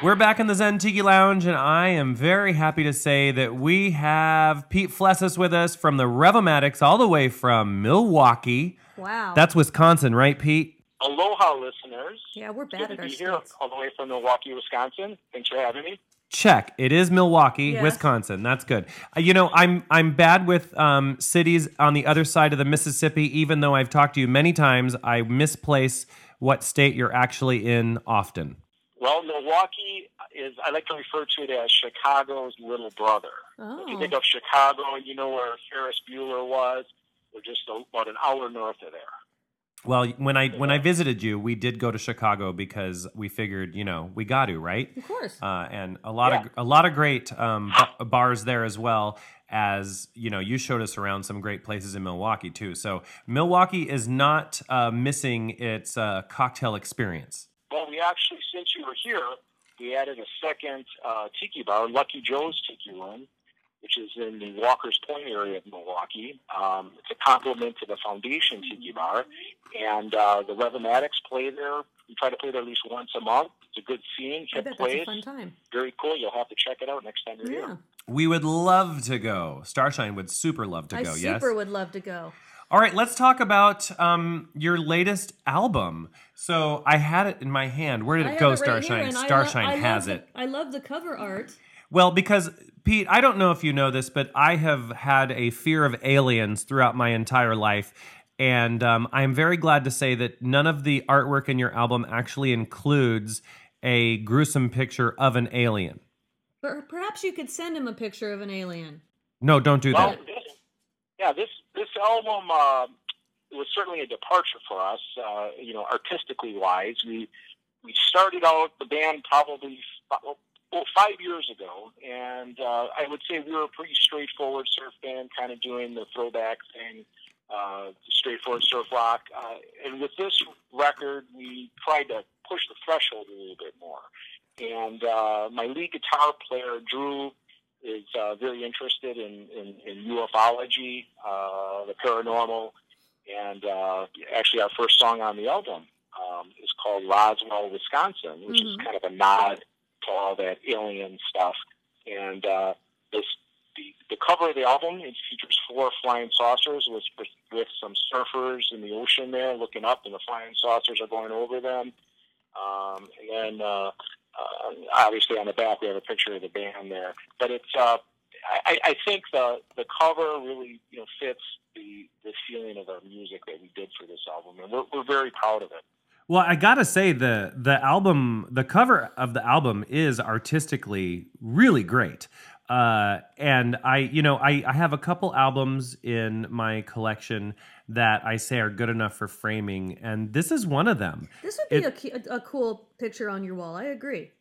Speaker 1: We're back in the Zen Tiki Lounge, and I am very happy to say that we have Pete Flessis with us from the Revomatics, all the way from Milwaukee.
Speaker 2: Wow.
Speaker 1: That's Wisconsin, right, Pete?
Speaker 3: Aloha, listeners.
Speaker 2: yeah, we're
Speaker 3: Good
Speaker 2: bad
Speaker 3: to
Speaker 2: at our
Speaker 3: be here,
Speaker 2: states.
Speaker 3: all the way from Milwaukee, Wisconsin. Thanks for having me.
Speaker 1: Check. It is Milwaukee,
Speaker 2: Yes.
Speaker 1: Wisconsin. That's good. Uh, you know, I'm I'm bad with um, cities on the other side of the Mississippi. Even though I've talked to you many times, I misplace what state you're actually in often.
Speaker 3: Well, Milwaukee is, I like to refer to it as Chicago's little brother. If you
Speaker 2: Oh.
Speaker 3: think of Chicago, you know where Ferris Bueller was. We're just about an hour north of there.
Speaker 1: Well, when I when I visited you, we did go to Chicago because we figured, you know, we got to right.
Speaker 2: Of course.
Speaker 1: uh, and a lot of a lot of great um, b- bars there as well as you know you showed us around some great places in milwaukee too so milwaukee is not uh, missing its uh, cocktail experience
Speaker 3: Well, we actually, since you were here, we added a second uh, tiki bar, Lucky Joe's Tiki Room, which is in the Walker's Point area of Milwaukee. Um, it's a complement to the Foundation Tiki Bar, and uh, the Revomatics play there. We try to play there at least once a month. It's a good scene,
Speaker 2: I
Speaker 3: hip
Speaker 2: bet that's a
Speaker 3: place,
Speaker 2: fun time.
Speaker 3: very cool. You'll have to check it out next time you're
Speaker 2: Yeah.
Speaker 3: here.
Speaker 1: we would love to go starshine would super love to
Speaker 2: I
Speaker 1: go
Speaker 2: super
Speaker 1: yes
Speaker 2: would love to go.
Speaker 1: all right let's talk about um, your latest album so i had it in my hand where did
Speaker 2: I
Speaker 1: it
Speaker 2: have
Speaker 1: go
Speaker 2: right here,
Speaker 1: starshine
Speaker 2: and I lo-
Speaker 1: starshine
Speaker 2: I love
Speaker 1: has
Speaker 2: the-
Speaker 1: it
Speaker 2: I love the cover art.
Speaker 1: Well, because Pete, I don't know if you know this, but I have had a fear of aliens throughout my entire life. And um, I'm very glad to say that none of the artwork in your album actually includes a gruesome picture of an alien.
Speaker 2: But perhaps you could send him a picture of an alien.
Speaker 1: No, don't do
Speaker 3: Well,
Speaker 1: that.
Speaker 3: this, yeah, this this album uh, was certainly a departure for us. Uh, you know, artistically wise, we we started out the band probably f- well, five years ago, and uh, I would say we were a pretty straightforward surf band, kind of doing the throwback thing, uh, straightforward surf rock. Uh, and with this record, we tried to push the threshold a little bit more. And uh, my lead guitar player, Drew, is uh, very interested in, in, in ufology, uh, the paranormal, and uh, actually our first song on the album um, is called Roswell, Wisconsin, which
Speaker 2: Mhm.
Speaker 3: is kind of a nod to all that alien stuff. And uh, this, the, the cover of the album it features four flying saucers with, with, with some surfers in the ocean there looking up, and the flying saucers are going over them. Um, and then, uh, uh, obviously, on the back we have a picture of the band there. But it's, uh, I, I I think the the cover really you know fits the the feeling of our music that we did for this album, and we're, we're very proud of it.
Speaker 1: Well, I gotta say the the album, the cover of the album is artistically really great. Uh, and I, you know, I, I have a couple albums in my collection that I say are good enough for framing, and this is one of them.
Speaker 2: This would
Speaker 1: It-
Speaker 2: be a, cu- a, a cool picture on your wall. I agree.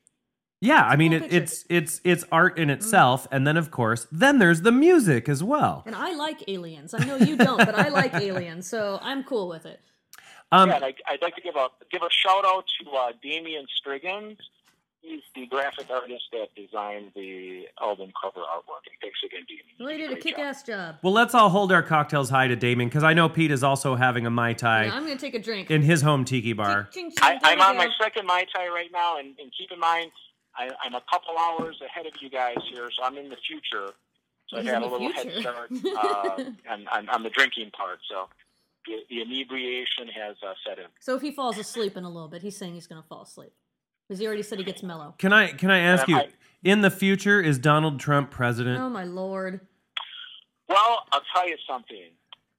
Speaker 1: Yeah, I mean,
Speaker 2: cool
Speaker 1: it,
Speaker 2: picture. Mm.
Speaker 1: it's it's it's art in itself, and then of course, then there's the music as well.
Speaker 2: And I like aliens. I know you don't, but I like aliens, so I'm cool with it.
Speaker 1: Um,
Speaker 3: yeah, and I, I'd like to give a give a shout out to uh, Damian Striggins. He's the graphic artist that designed the album cover artwork. And thanks again, Damian.
Speaker 2: Well, they
Speaker 3: You
Speaker 2: did a
Speaker 3: great job.
Speaker 2: kick-ass job.
Speaker 1: well, let's all hold our cocktails high to Damon because I know Pete is also having a mai tai
Speaker 2: Yeah, I'm gonna take a drink.
Speaker 1: in his home tiki bar.
Speaker 2: Ching, ching,
Speaker 3: I, I'm on my
Speaker 2: ding,
Speaker 3: second Mai Tai right now, and, and keep in mind, I, I'm a couple hours ahead of you guys here, so I'm in the future.
Speaker 2: He's
Speaker 3: So I
Speaker 2: in
Speaker 3: had a
Speaker 2: the
Speaker 3: little
Speaker 2: future.
Speaker 3: head start uh, on, on, on the drinking part. So the, the inebriation has uh, set in.
Speaker 2: ding. So if he falls asleep in a little bit, he's saying he's gonna fall asleep because he already said he gets mellow.
Speaker 1: Can I can I ask you?
Speaker 3: I-
Speaker 1: In the future, is Donald Trump president?
Speaker 2: Oh my lord!
Speaker 3: Well, I'll tell you something.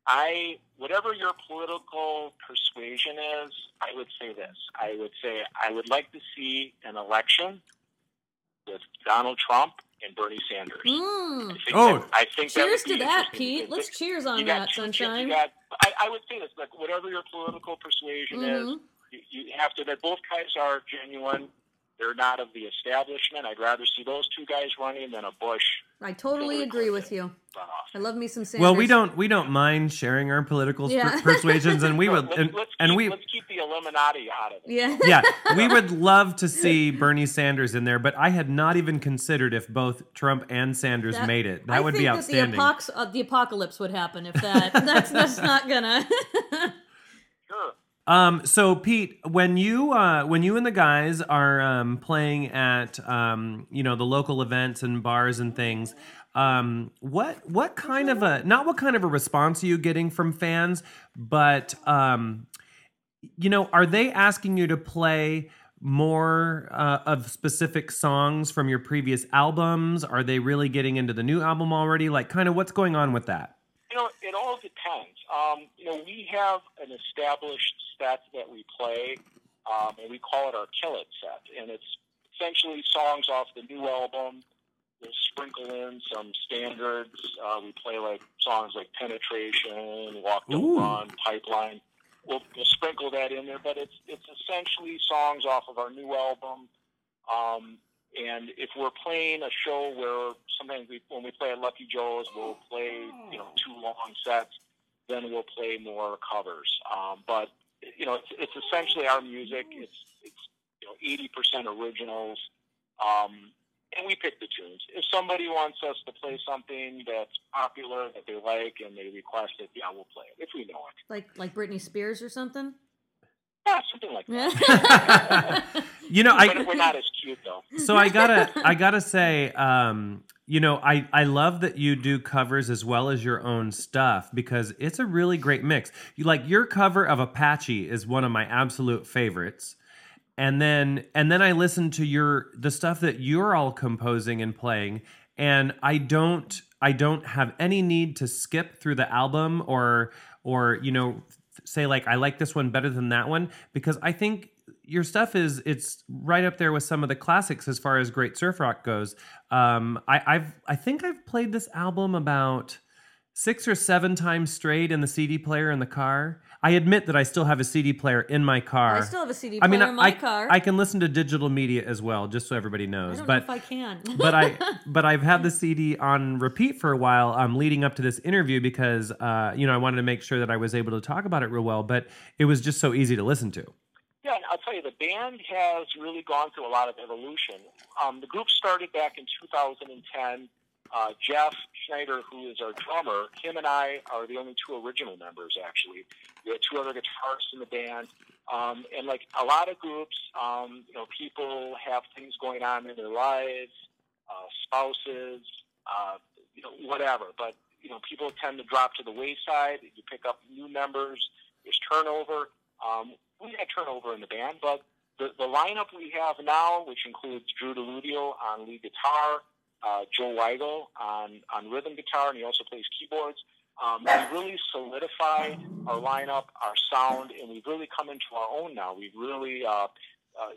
Speaker 3: I whatever your political persuasion is, I would say this. I would say I would like to see an election with Donald Trump and Bernie Sanders. I
Speaker 2: Mm.
Speaker 3: think
Speaker 1: Oh.
Speaker 3: that- I think that
Speaker 2: Cheers
Speaker 3: would
Speaker 2: to
Speaker 3: be
Speaker 2: that,
Speaker 3: interesting.
Speaker 2: Pete.
Speaker 3: It-
Speaker 2: Let's
Speaker 3: it-
Speaker 2: cheers on
Speaker 3: you got
Speaker 2: that,
Speaker 3: two kids, you
Speaker 2: sunshine.
Speaker 3: got- I, I would say this, like whatever your political persuasion is,
Speaker 2: Mhm.
Speaker 3: you, you have to. That both guys are genuine. They're not of the establishment. I'd rather see those two guys running than a Bush
Speaker 2: I totally agree with you.
Speaker 3: runoff.
Speaker 2: I love me some Sanders.
Speaker 1: Well, we don't we don't mind sharing our political
Speaker 2: Yeah.
Speaker 1: per- persuasions, and we would
Speaker 3: let's,
Speaker 1: and,
Speaker 3: let's
Speaker 1: and
Speaker 3: keep,
Speaker 1: we
Speaker 3: let's keep the Illuminati out of it.
Speaker 2: Yeah.
Speaker 1: yeah we would love to see Bernie Sanders in there, but I had not even considered if both Trump and Sanders
Speaker 2: That-
Speaker 1: made it.
Speaker 2: I
Speaker 1: That would
Speaker 2: think
Speaker 1: be
Speaker 2: that
Speaker 1: outstanding.
Speaker 2: The, apox- uh, the apocalypse would happen if that. that's that's not gonna.
Speaker 3: Sure.
Speaker 1: Um, so Pete, when you uh, when you and the guys are um, playing at um, you know the local events and bars and things, um, what what kind of a not what kind of a response are you getting from fans, but um, you know are they asking you to play more uh, of specific songs from your previous albums? Are they really getting into the new album already? Like, kind of what's going on with that?
Speaker 3: You know, it all depends. Um, you know, we have an established set that we play, um, and we call it our Kill It set. And it's essentially songs off the new album. We'll sprinkle in some standards. Uh, we play like songs like Penetration, Walk Don't
Speaker 1: Ooh.
Speaker 3: Run, Pipeline. We'll, we'll sprinkle that in there, but it's it's essentially songs off of our new album. Um, and if we're playing a show where sometimes we, when we play at Lucky Joe's, we'll play you know two long sets, then we'll play more covers. Um, but you know, it's, it's essentially our music. It's it's you know eighty percent originals, um, and we pick the tunes. If somebody wants us to play something that's popular that they like and they request it, yeah, we'll play it if we know it.
Speaker 2: Like like Britney Spears or something.
Speaker 3: Yeah, something like that.
Speaker 1: You know, I
Speaker 3: but we're not as cute though.
Speaker 1: so I gotta I gotta say, um, you know, I I love that you do covers as well as your own stuff because it's a really great mix. You like your cover of Apache is one of my absolute favorites. And then and then I listen to your the stuff that you're all composing and playing and I don't I don't have any need to skip through the album or or you know say like I like this one better than that one because I think your stuff is it's right up there with some of the classics as far as great surf rock goes. Um, I, I've I think I've played this album about six or seven times straight in the CD player in the car. I admit that I still have a CD player in my car.
Speaker 2: I still have a CD
Speaker 1: I
Speaker 2: player
Speaker 1: mean,
Speaker 2: in my
Speaker 1: I,
Speaker 2: car.
Speaker 1: I can listen to digital media as well, just so everybody knows.
Speaker 2: I don't
Speaker 1: but
Speaker 2: know if I can.
Speaker 1: but I but I've had the CD on repeat for a while, um, leading up to this interview because uh, you know I wanted to make sure that I was able to talk about it real well, but it was just so easy to listen to.
Speaker 3: Yeah, and I'll tell you, the band has really gone through a lot of evolution. Um, the group started back in 2010. Uh, Jeff Schneider, who is our drummer, him and I are the only two original members, actually. We had two other guitarists in the band. Um, and like a lot of groups, um, you know, people have things going on in their lives, uh, spouses, uh, you know, whatever. But, you know, people tend to drop to the wayside. You pick up new members, there's turnover. Um, we had turnover in the band, but the, the lineup we have now, which includes Drew DeLudio on lead guitar, uh, Joe Weigel on, on rhythm guitar, and he also plays keyboards. Um, we really solidified our lineup, our sound, and we've really come into our own now. We've really uh, uh,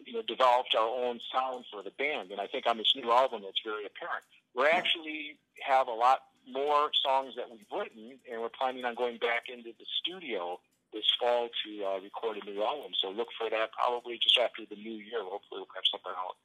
Speaker 3: you know, developed our own sound for the band. And I think on this new album, it's very apparent. We actually have a lot more songs that we've written, and we're planning on going back into the studio this fall to uh, record a new album. So look for that probably just after the new year. Hopefully, we'll have something out.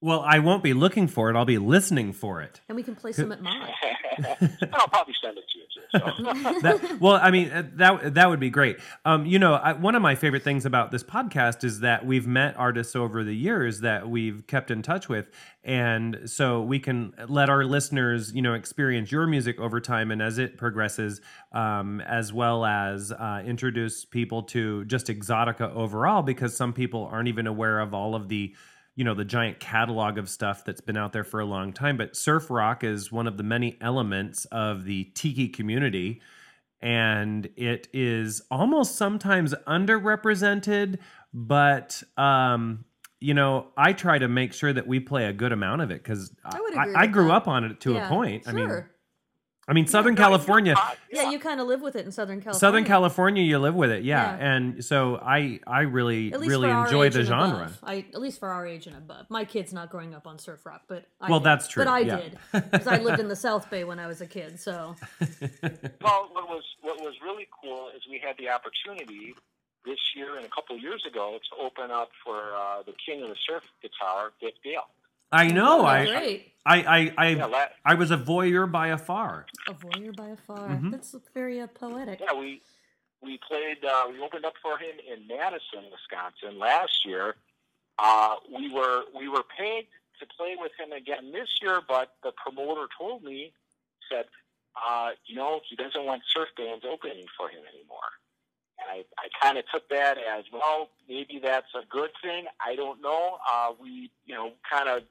Speaker 1: Well, I won't be looking for it; I'll be listening for it.
Speaker 2: and we can play some at mine.
Speaker 3: And I'll probably send it to you too. So.
Speaker 1: That, well, I mean uh, that that would be great. Um, you know, I, one of my favorite things about this podcast is that we've met artists over the years that we've kept in touch with, and so we can let our listeners, you know, experience your music over time and as it progresses, um, as well as uh, introduce people to just exotica overall because some people aren't even aware of all of the you know the giant catalog of stuff that's been out there for a long time but surf rock is one of the many elements of the tiki community and it is almost sometimes underrepresented but um you know i try to make sure that we play a good amount of it because i,
Speaker 2: I would
Speaker 1: I,
Speaker 2: agree
Speaker 1: I
Speaker 2: with
Speaker 1: grew
Speaker 2: that.
Speaker 1: up on it to
Speaker 2: Yeah,
Speaker 1: a point
Speaker 2: Sure.
Speaker 1: i mean i mean southern california
Speaker 2: yeah, you kind of live with it in Southern California.
Speaker 1: Southern California, you live with it, yeah,
Speaker 2: Yeah.
Speaker 1: and so I I really
Speaker 2: At least
Speaker 1: really
Speaker 2: for our
Speaker 1: enjoy
Speaker 2: age
Speaker 1: the
Speaker 2: and
Speaker 1: genre.
Speaker 2: above. I at least for our age and above. My kid's not growing up on surf rock, but I
Speaker 1: Well,
Speaker 2: did.
Speaker 1: that's true,
Speaker 2: But I
Speaker 1: yeah.
Speaker 2: did because I lived in the South Bay when I was a kid. So
Speaker 3: Well, what was what was really cool is we had the opportunity this year and a couple of years ago to open up for uh, the king of the surf guitar, Dick Dale.
Speaker 1: I know,
Speaker 2: Oh,
Speaker 1: I,
Speaker 2: great.
Speaker 1: I I I
Speaker 3: Yeah, la-
Speaker 1: I was a voyeur by afar.
Speaker 2: A voyeur by afar.
Speaker 1: Mhm.
Speaker 2: That's very uh, poetic.
Speaker 3: yeah, we we played. Uh, we opened up for him in Madison, Wisconsin last year. Uh, we were we were paid to play with him again this year, but the promoter told me said, uh, you know, he doesn't want surf bands opening for him anymore. And I, I kind of took that as, well, maybe that's a good thing. I don't know. Uh, we, you know, kind of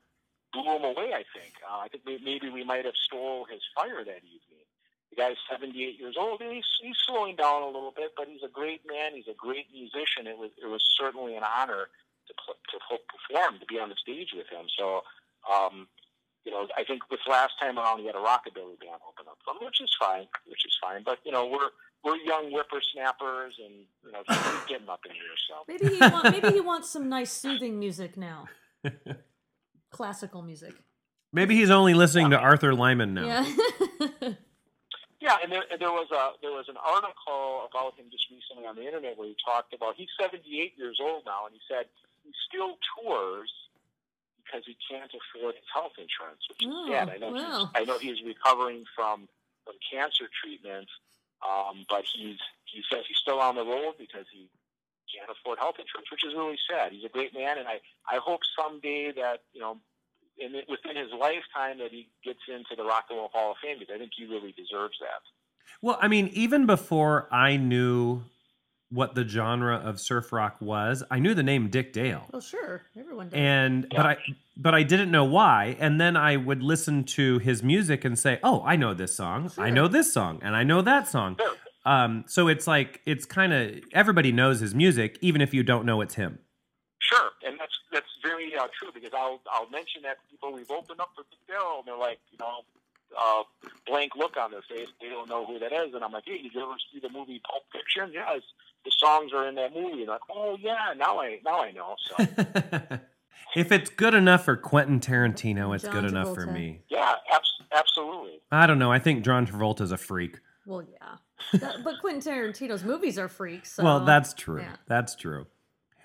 Speaker 3: blew him away, I think. Uh, I think we- maybe we might have stole his fire that evening. The guy's 78 years old, and he's, he's slowing down a little bit, but he's a great man. He's a great musician. It was, it was certainly an honor to, pl- to pl- perform, to be on the stage with him. So, um, you know, I think this last time around he had a rockabilly band open up, for him, which is fine, which is fine. But you know, we're we're young whippersnappers, and you know, just getting up in here. So
Speaker 2: Maybe he want, maybe he wants some nice soothing music now. Classical music.
Speaker 1: Maybe he's only listening to Arthur Lyman now.
Speaker 2: Yeah.
Speaker 3: yeah, and there, and there was a there was an article about him just recently on the internet where he talked about he's 78 years old now, and he said he still tours because he can't afford his health insurance, which is
Speaker 2: Oh,
Speaker 3: sad. I know
Speaker 2: wow.
Speaker 3: he's, I know he's recovering from from cancer treatment, um, but he's he says he's still on the road because he can't afford health insurance, which is really sad. He's a great man, and I I hope someday that you know. In, within his lifetime, that he gets into the Rock and Roll Hall of Fame because I think he really deserves that.
Speaker 1: Well, I mean, even before I knew what the genre of surf rock was, I knew the name Dick Dale.
Speaker 2: well, sure. Everyone does.
Speaker 1: and but I but I didn't know why. And then I would listen to his music and say, "Oh, I know this song. I
Speaker 2: Sure.
Speaker 1: know this song, and I know that song."
Speaker 3: Sure.
Speaker 1: Um, so it's like it's kind of everybody knows his music, even if you don't know it's him.
Speaker 3: Sure, and that's that's very uh, true because I'll I'll mention that to people we've opened up for Big Daryl and they're like you know uh, blank look on their face they don't know who that is and I'm like hey did you ever see the movie Pulp Fiction yes the songs are in that movie and like oh yeah now I now I know so
Speaker 1: if it's good enough for Quentin Tarantino, it's
Speaker 2: John
Speaker 1: good enough for
Speaker 2: Travolta.
Speaker 1: me.
Speaker 3: yeah abs- absolutely
Speaker 1: I don't know. I think John Travolta's a freak.
Speaker 2: Well, yeah. That- but Quentin Tarantino's movies are freaks. So.
Speaker 1: well, that's true.
Speaker 2: yeah.
Speaker 1: That's true.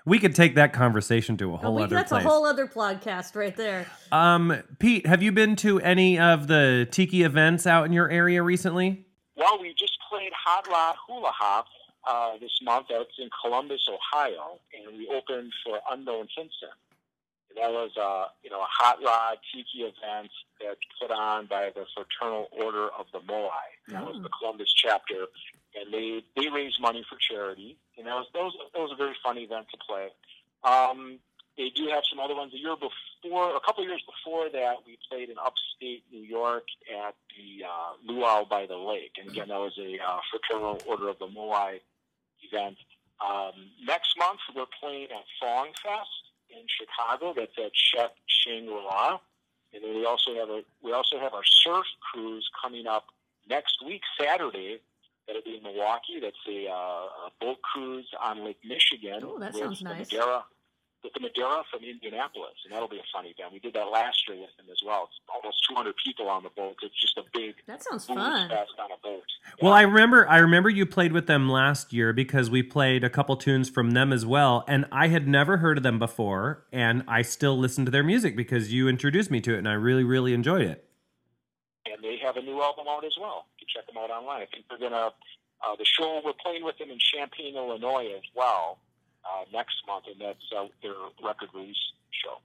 Speaker 1: We could take that conversation to a
Speaker 2: Oh,
Speaker 1: whole
Speaker 2: we-
Speaker 1: other
Speaker 2: that's
Speaker 1: place.
Speaker 2: a whole other podcast right there.
Speaker 1: Um, Pete, have you been to any of the tiki events out in your area recently?
Speaker 3: Well, we just played Hot Rod Hula Hop uh, this month. That's in Columbus, Ohio, and we opened for Unknown Simpson. That was uh, you know a hot rod tiki event that's put on by the Fraternal Order of the Moai. That was
Speaker 2: Oh.
Speaker 3: the Columbus chapter, and they they raise money for charity. And that was that was, that was a very fun event to play. Um, they do have some other ones. A year before, a couple of years before that, we played in upstate New York at the uh, Luau by the Lake, and again, that was a uh, Fraternal Order of the Moai event. Um, next month, we're playing at Song Fest in Chicago. That's at Chef Shangri La, and then we also have a we also have our surf cruise coming up next week, Saturday. That'll be in Milwaukee. That's a, uh, a boat cruise on Lake Michigan.
Speaker 2: Oh, that
Speaker 3: with
Speaker 2: sounds
Speaker 3: the
Speaker 2: nice.
Speaker 3: Madeira, with the Madeira from Indianapolis, and that'll be a fun event. We did that last year with them as well. It's almost 200 people on the boat. It's just a big
Speaker 2: That sounds
Speaker 3: booze
Speaker 2: fun.
Speaker 1: uh,
Speaker 3: fest on a boat.
Speaker 1: Well, I remember I remember you played with them last year because we played a couple tunes from them as well, and I had never heard of them before, and I still listen to their music because you introduced me to it and I really really enjoyed it.
Speaker 3: and they have a new album out as well. You can check them out online. I think they're gonna uh, the show we're playing with them in Champaign, Illinois, as well uh, next month, and that's uh, their record release show.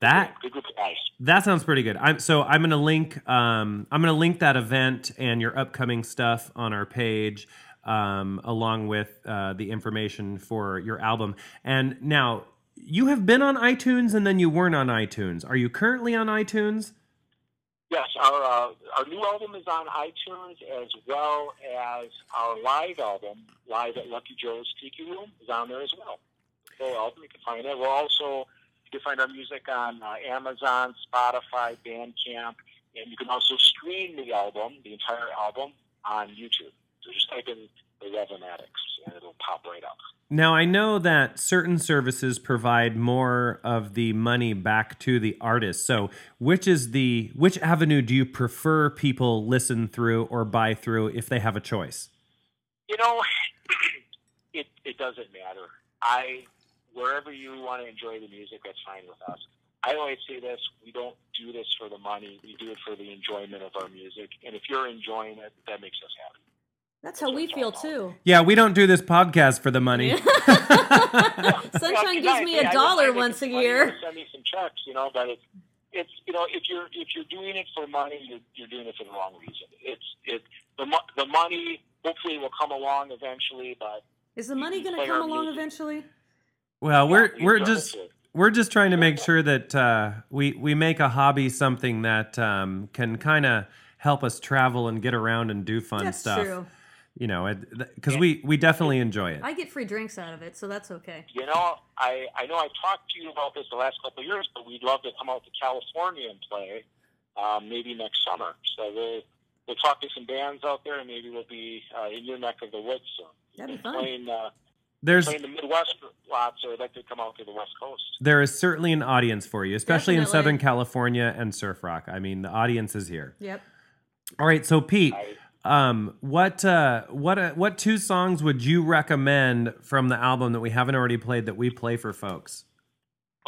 Speaker 1: That
Speaker 3: Good group of guys.
Speaker 1: That sounds pretty good. I'm so I'm gonna link um I'm gonna link that event and your upcoming stuff on our page, um, along with uh, the information for your album. And now you have been on iTunes and then you weren't on iTunes. Are you currently on iTunes?
Speaker 3: Yes, our uh, our new album is on iTunes as well as our live album, live at Lucky Joe's Tiki Room, is on there as well. The full album you can find it. We're also you can find our music on uh, Amazon, Spotify, Bandcamp, and you can also stream the album, the entire album, on YouTube. So just type in the Revomatics and it'll pop right up.
Speaker 1: Now I know that certain services provide more of the money back to the artist. So which is the which avenue do you prefer people listen through or buy through if they have a choice?
Speaker 3: you know, it it doesn't matter. I wherever you want to enjoy the music, that's fine with us. I always say this: we don't do this for the money. We do it for the enjoyment of our music. And if you're enjoying it, that makes us happy.
Speaker 2: That's how we feel too.
Speaker 1: Yeah, we don't do this podcast for the money.
Speaker 3: Well,
Speaker 2: Sunshine
Speaker 3: you
Speaker 2: gives
Speaker 3: know,
Speaker 2: me
Speaker 3: I- I-
Speaker 2: a
Speaker 3: I- I
Speaker 2: dollar
Speaker 3: think
Speaker 2: once a
Speaker 3: it's funny
Speaker 2: year.
Speaker 3: to Send me some checks, you know. But it's it's you know if you're if you're doing it for money, you're, you're doing it for the wrong reason. It's it the mo- the money hopefully will come along eventually, but
Speaker 4: Is the money
Speaker 3: you
Speaker 4: going to
Speaker 3: play
Speaker 4: come
Speaker 3: our
Speaker 4: along
Speaker 3: music.
Speaker 4: eventually?
Speaker 1: Well, we're
Speaker 3: we
Speaker 1: we're
Speaker 3: don't
Speaker 1: just
Speaker 3: have to.
Speaker 1: we're just trying to make sure that uh, we we make a hobby something that um, can kind of help us travel and get around and do fun
Speaker 4: That's
Speaker 1: stuff.
Speaker 4: true.
Speaker 1: You know, because we we definitely enjoy it.
Speaker 2: I get free drinks out of it, so that's okay.
Speaker 3: You know, I, I know I talked to you about this the last couple of years, but we'd love to come out to California and play um, maybe next summer. So we'll, we'll talk to some bands out there, and maybe we'll be uh, in your neck of the woods soon.
Speaker 4: That'd be
Speaker 3: We're
Speaker 4: fun.
Speaker 3: Playing, uh,
Speaker 1: There's
Speaker 3: playing the Midwest lots, so I'd like to come out to the West Coast.
Speaker 1: there is certainly an audience for you, especially in
Speaker 2: Definitely.
Speaker 1: Southern California and surf rock. I mean, the audience is here.
Speaker 4: Yep.
Speaker 1: All right, so Pete,
Speaker 3: I,
Speaker 1: um, what uh, what uh, what two songs would you recommend from the album that we haven't already played that we play for folks?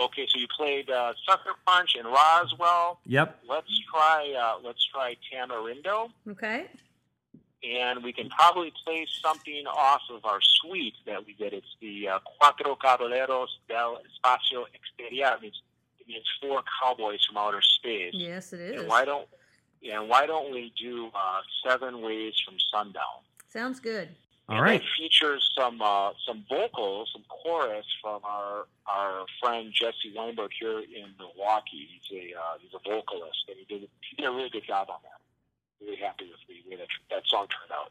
Speaker 3: okay, so you played uh, Sucker Punch and Roswell.
Speaker 1: Yep.
Speaker 3: Let's try uh, let's try Tamarindo,
Speaker 2: Okay.
Speaker 3: and we can probably play something off of our suite that we did. It's the uh, Cuatro Caballeros del Espacio Exterior. It means, it means four cowboys from outer space.
Speaker 2: Yes, it is.
Speaker 3: And why don't yeah, and why don't we do uh, Seven Ways from Sundown?
Speaker 2: Sounds good.
Speaker 1: All
Speaker 3: and
Speaker 1: right.
Speaker 3: It features some uh, some vocals, some chorus from our our friend Jesse Weinberg here in Milwaukee. He's a uh, he's a vocalist, and he did, he did a really good job on that. Really happy with the way that that song turned out.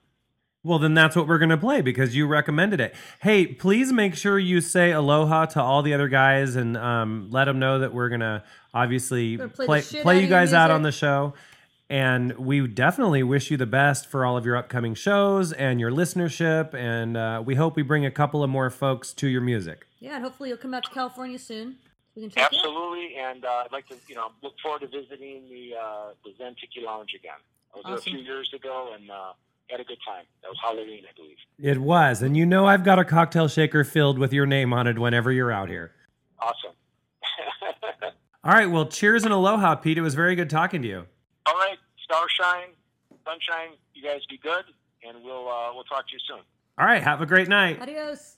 Speaker 1: Well, then that's what we're going to play because you recommended it. Hey, please make sure you say aloha to all the other guys and um, let them know that we're going to obviously
Speaker 2: We're gonna play the
Speaker 1: play,
Speaker 2: shit
Speaker 1: play
Speaker 2: out of
Speaker 1: you
Speaker 2: your
Speaker 1: guys out
Speaker 2: music.
Speaker 1: on the show. And we definitely wish you the best for all of your upcoming shows and your listenership. And uh, we hope we bring a couple of more folks to your music.
Speaker 2: Yeah, and hopefully you'll come out to California soon. We can check you out.
Speaker 3: Absolutely, and uh, I'd like to you know look forward to visiting the uh, the Zen Tiki Lounge again. I was
Speaker 2: Awesome.
Speaker 3: there a few years ago and uh, had a good time. That was Halloween, I believe.
Speaker 1: It was. And you know, I've got a cocktail shaker filled with your name on it whenever you're out here.
Speaker 3: Awesome.
Speaker 1: All right. Well, cheers and aloha, Pete. It was very good talking to you.
Speaker 3: All right, starshine, sunshine. You guys be good, and we'll uh, we'll talk to you soon.
Speaker 1: All right. Have a great night.
Speaker 2: Adios.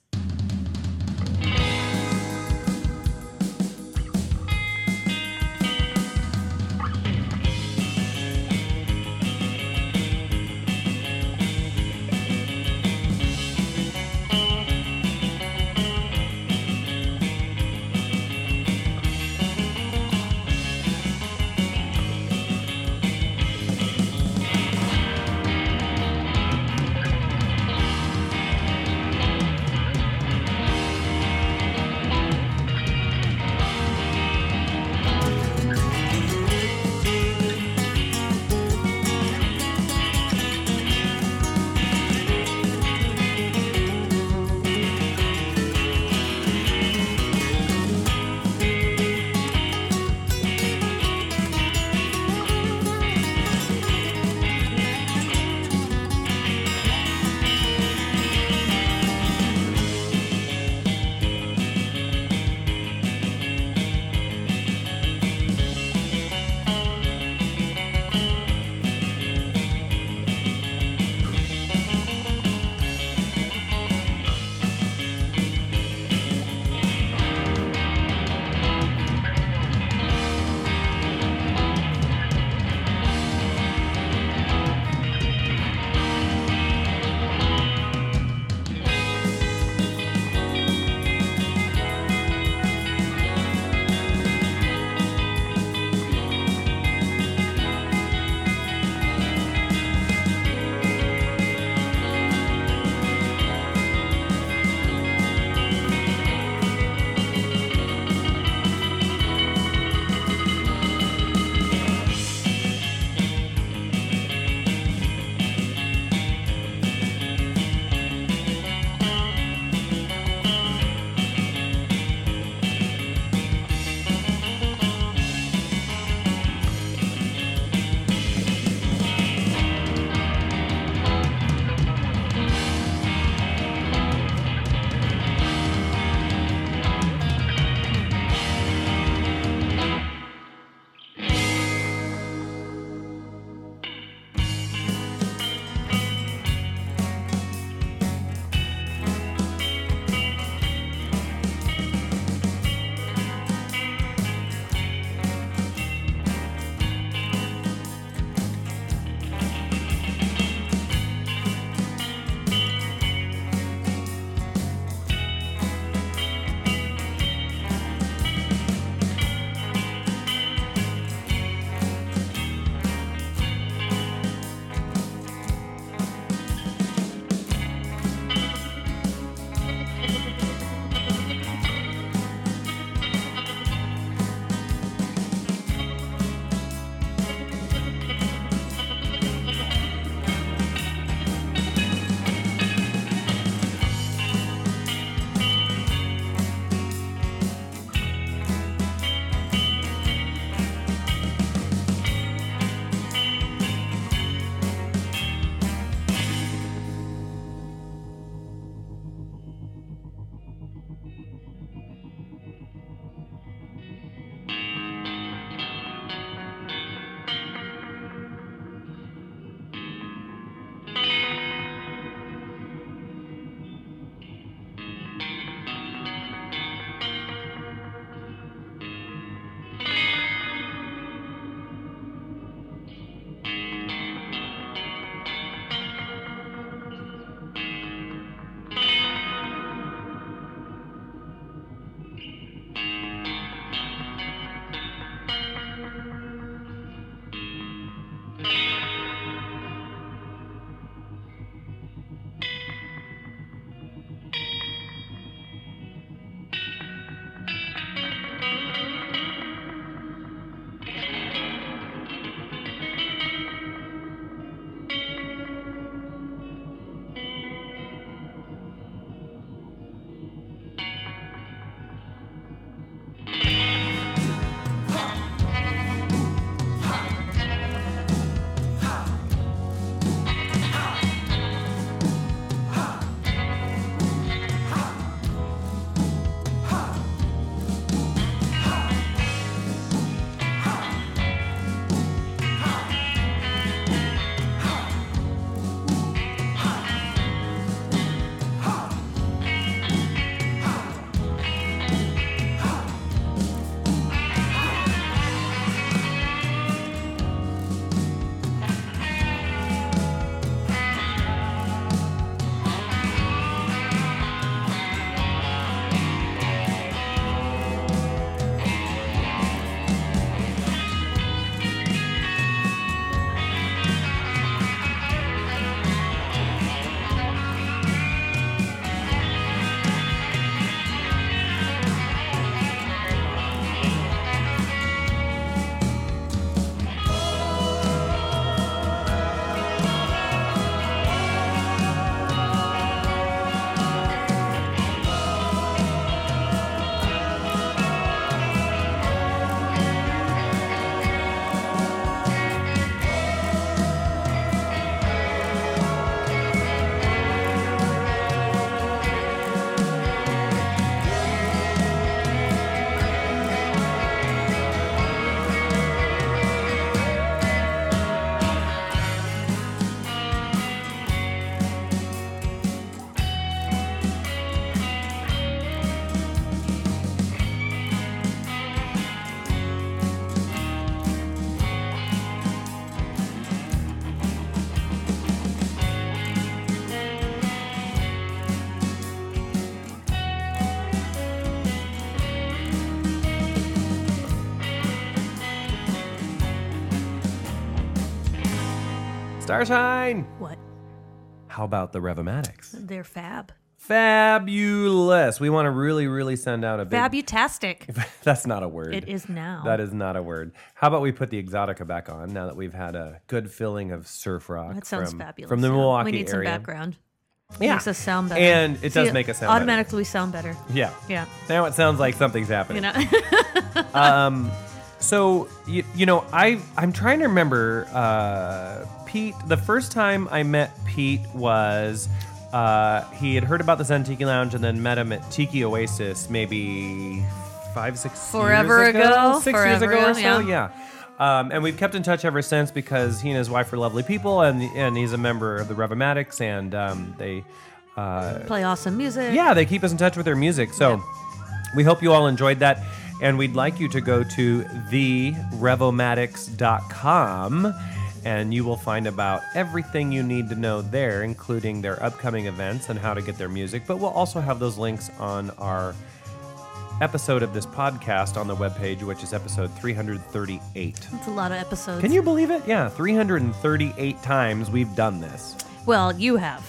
Speaker 1: Starshine!
Speaker 2: What?
Speaker 1: How about the Revomatics?
Speaker 2: They're fab.
Speaker 1: Fabulous. We want to really, really send out a big.
Speaker 2: Fabutastic.
Speaker 1: That's not a word.
Speaker 2: It is now.
Speaker 1: That is not a word. How about we put the Exotica back on now that we've had a good filling of surf rock?
Speaker 2: That sounds
Speaker 1: from,
Speaker 2: fabulous.
Speaker 1: From the
Speaker 2: Yeah.
Speaker 1: Milwaukee
Speaker 2: We need some
Speaker 1: area.
Speaker 2: background.
Speaker 1: Yeah.
Speaker 2: Makes us sound better.
Speaker 1: And it does
Speaker 2: See,
Speaker 1: make us sound better.
Speaker 2: automatically sound better.
Speaker 1: Yeah.
Speaker 2: Yeah.
Speaker 1: Now it sounds like something's happening.
Speaker 2: You know.
Speaker 1: um, so you, you know, I I'm trying to remember uh, Pete. The first time I met Pete was uh, he had heard about the Zen Tiki Lounge and then met him at Tiki Oasis maybe five six
Speaker 2: Forever
Speaker 1: years ago,
Speaker 2: ago,
Speaker 1: six years
Speaker 2: forever
Speaker 1: ago or
Speaker 2: ago,
Speaker 1: so.
Speaker 2: yeah.
Speaker 1: Yeah. Um, and we've kept in touch ever since because he and his wife are lovely people, and and he's a member of the Revomatics, and um, they uh,
Speaker 2: Play awesome music.
Speaker 1: yeah, they keep us in touch with their music. So we hope you all enjoyed that. And we'd like you to go to therevomatics.com and you will find about everything you need to know there, including their upcoming events and how to get their music. But we'll also have those links on our episode of this podcast on the webpage, which is episode 338.
Speaker 2: It's a lot of episodes.
Speaker 1: Can you believe it? Yeah, 338 times we've done this.
Speaker 2: Well, you have.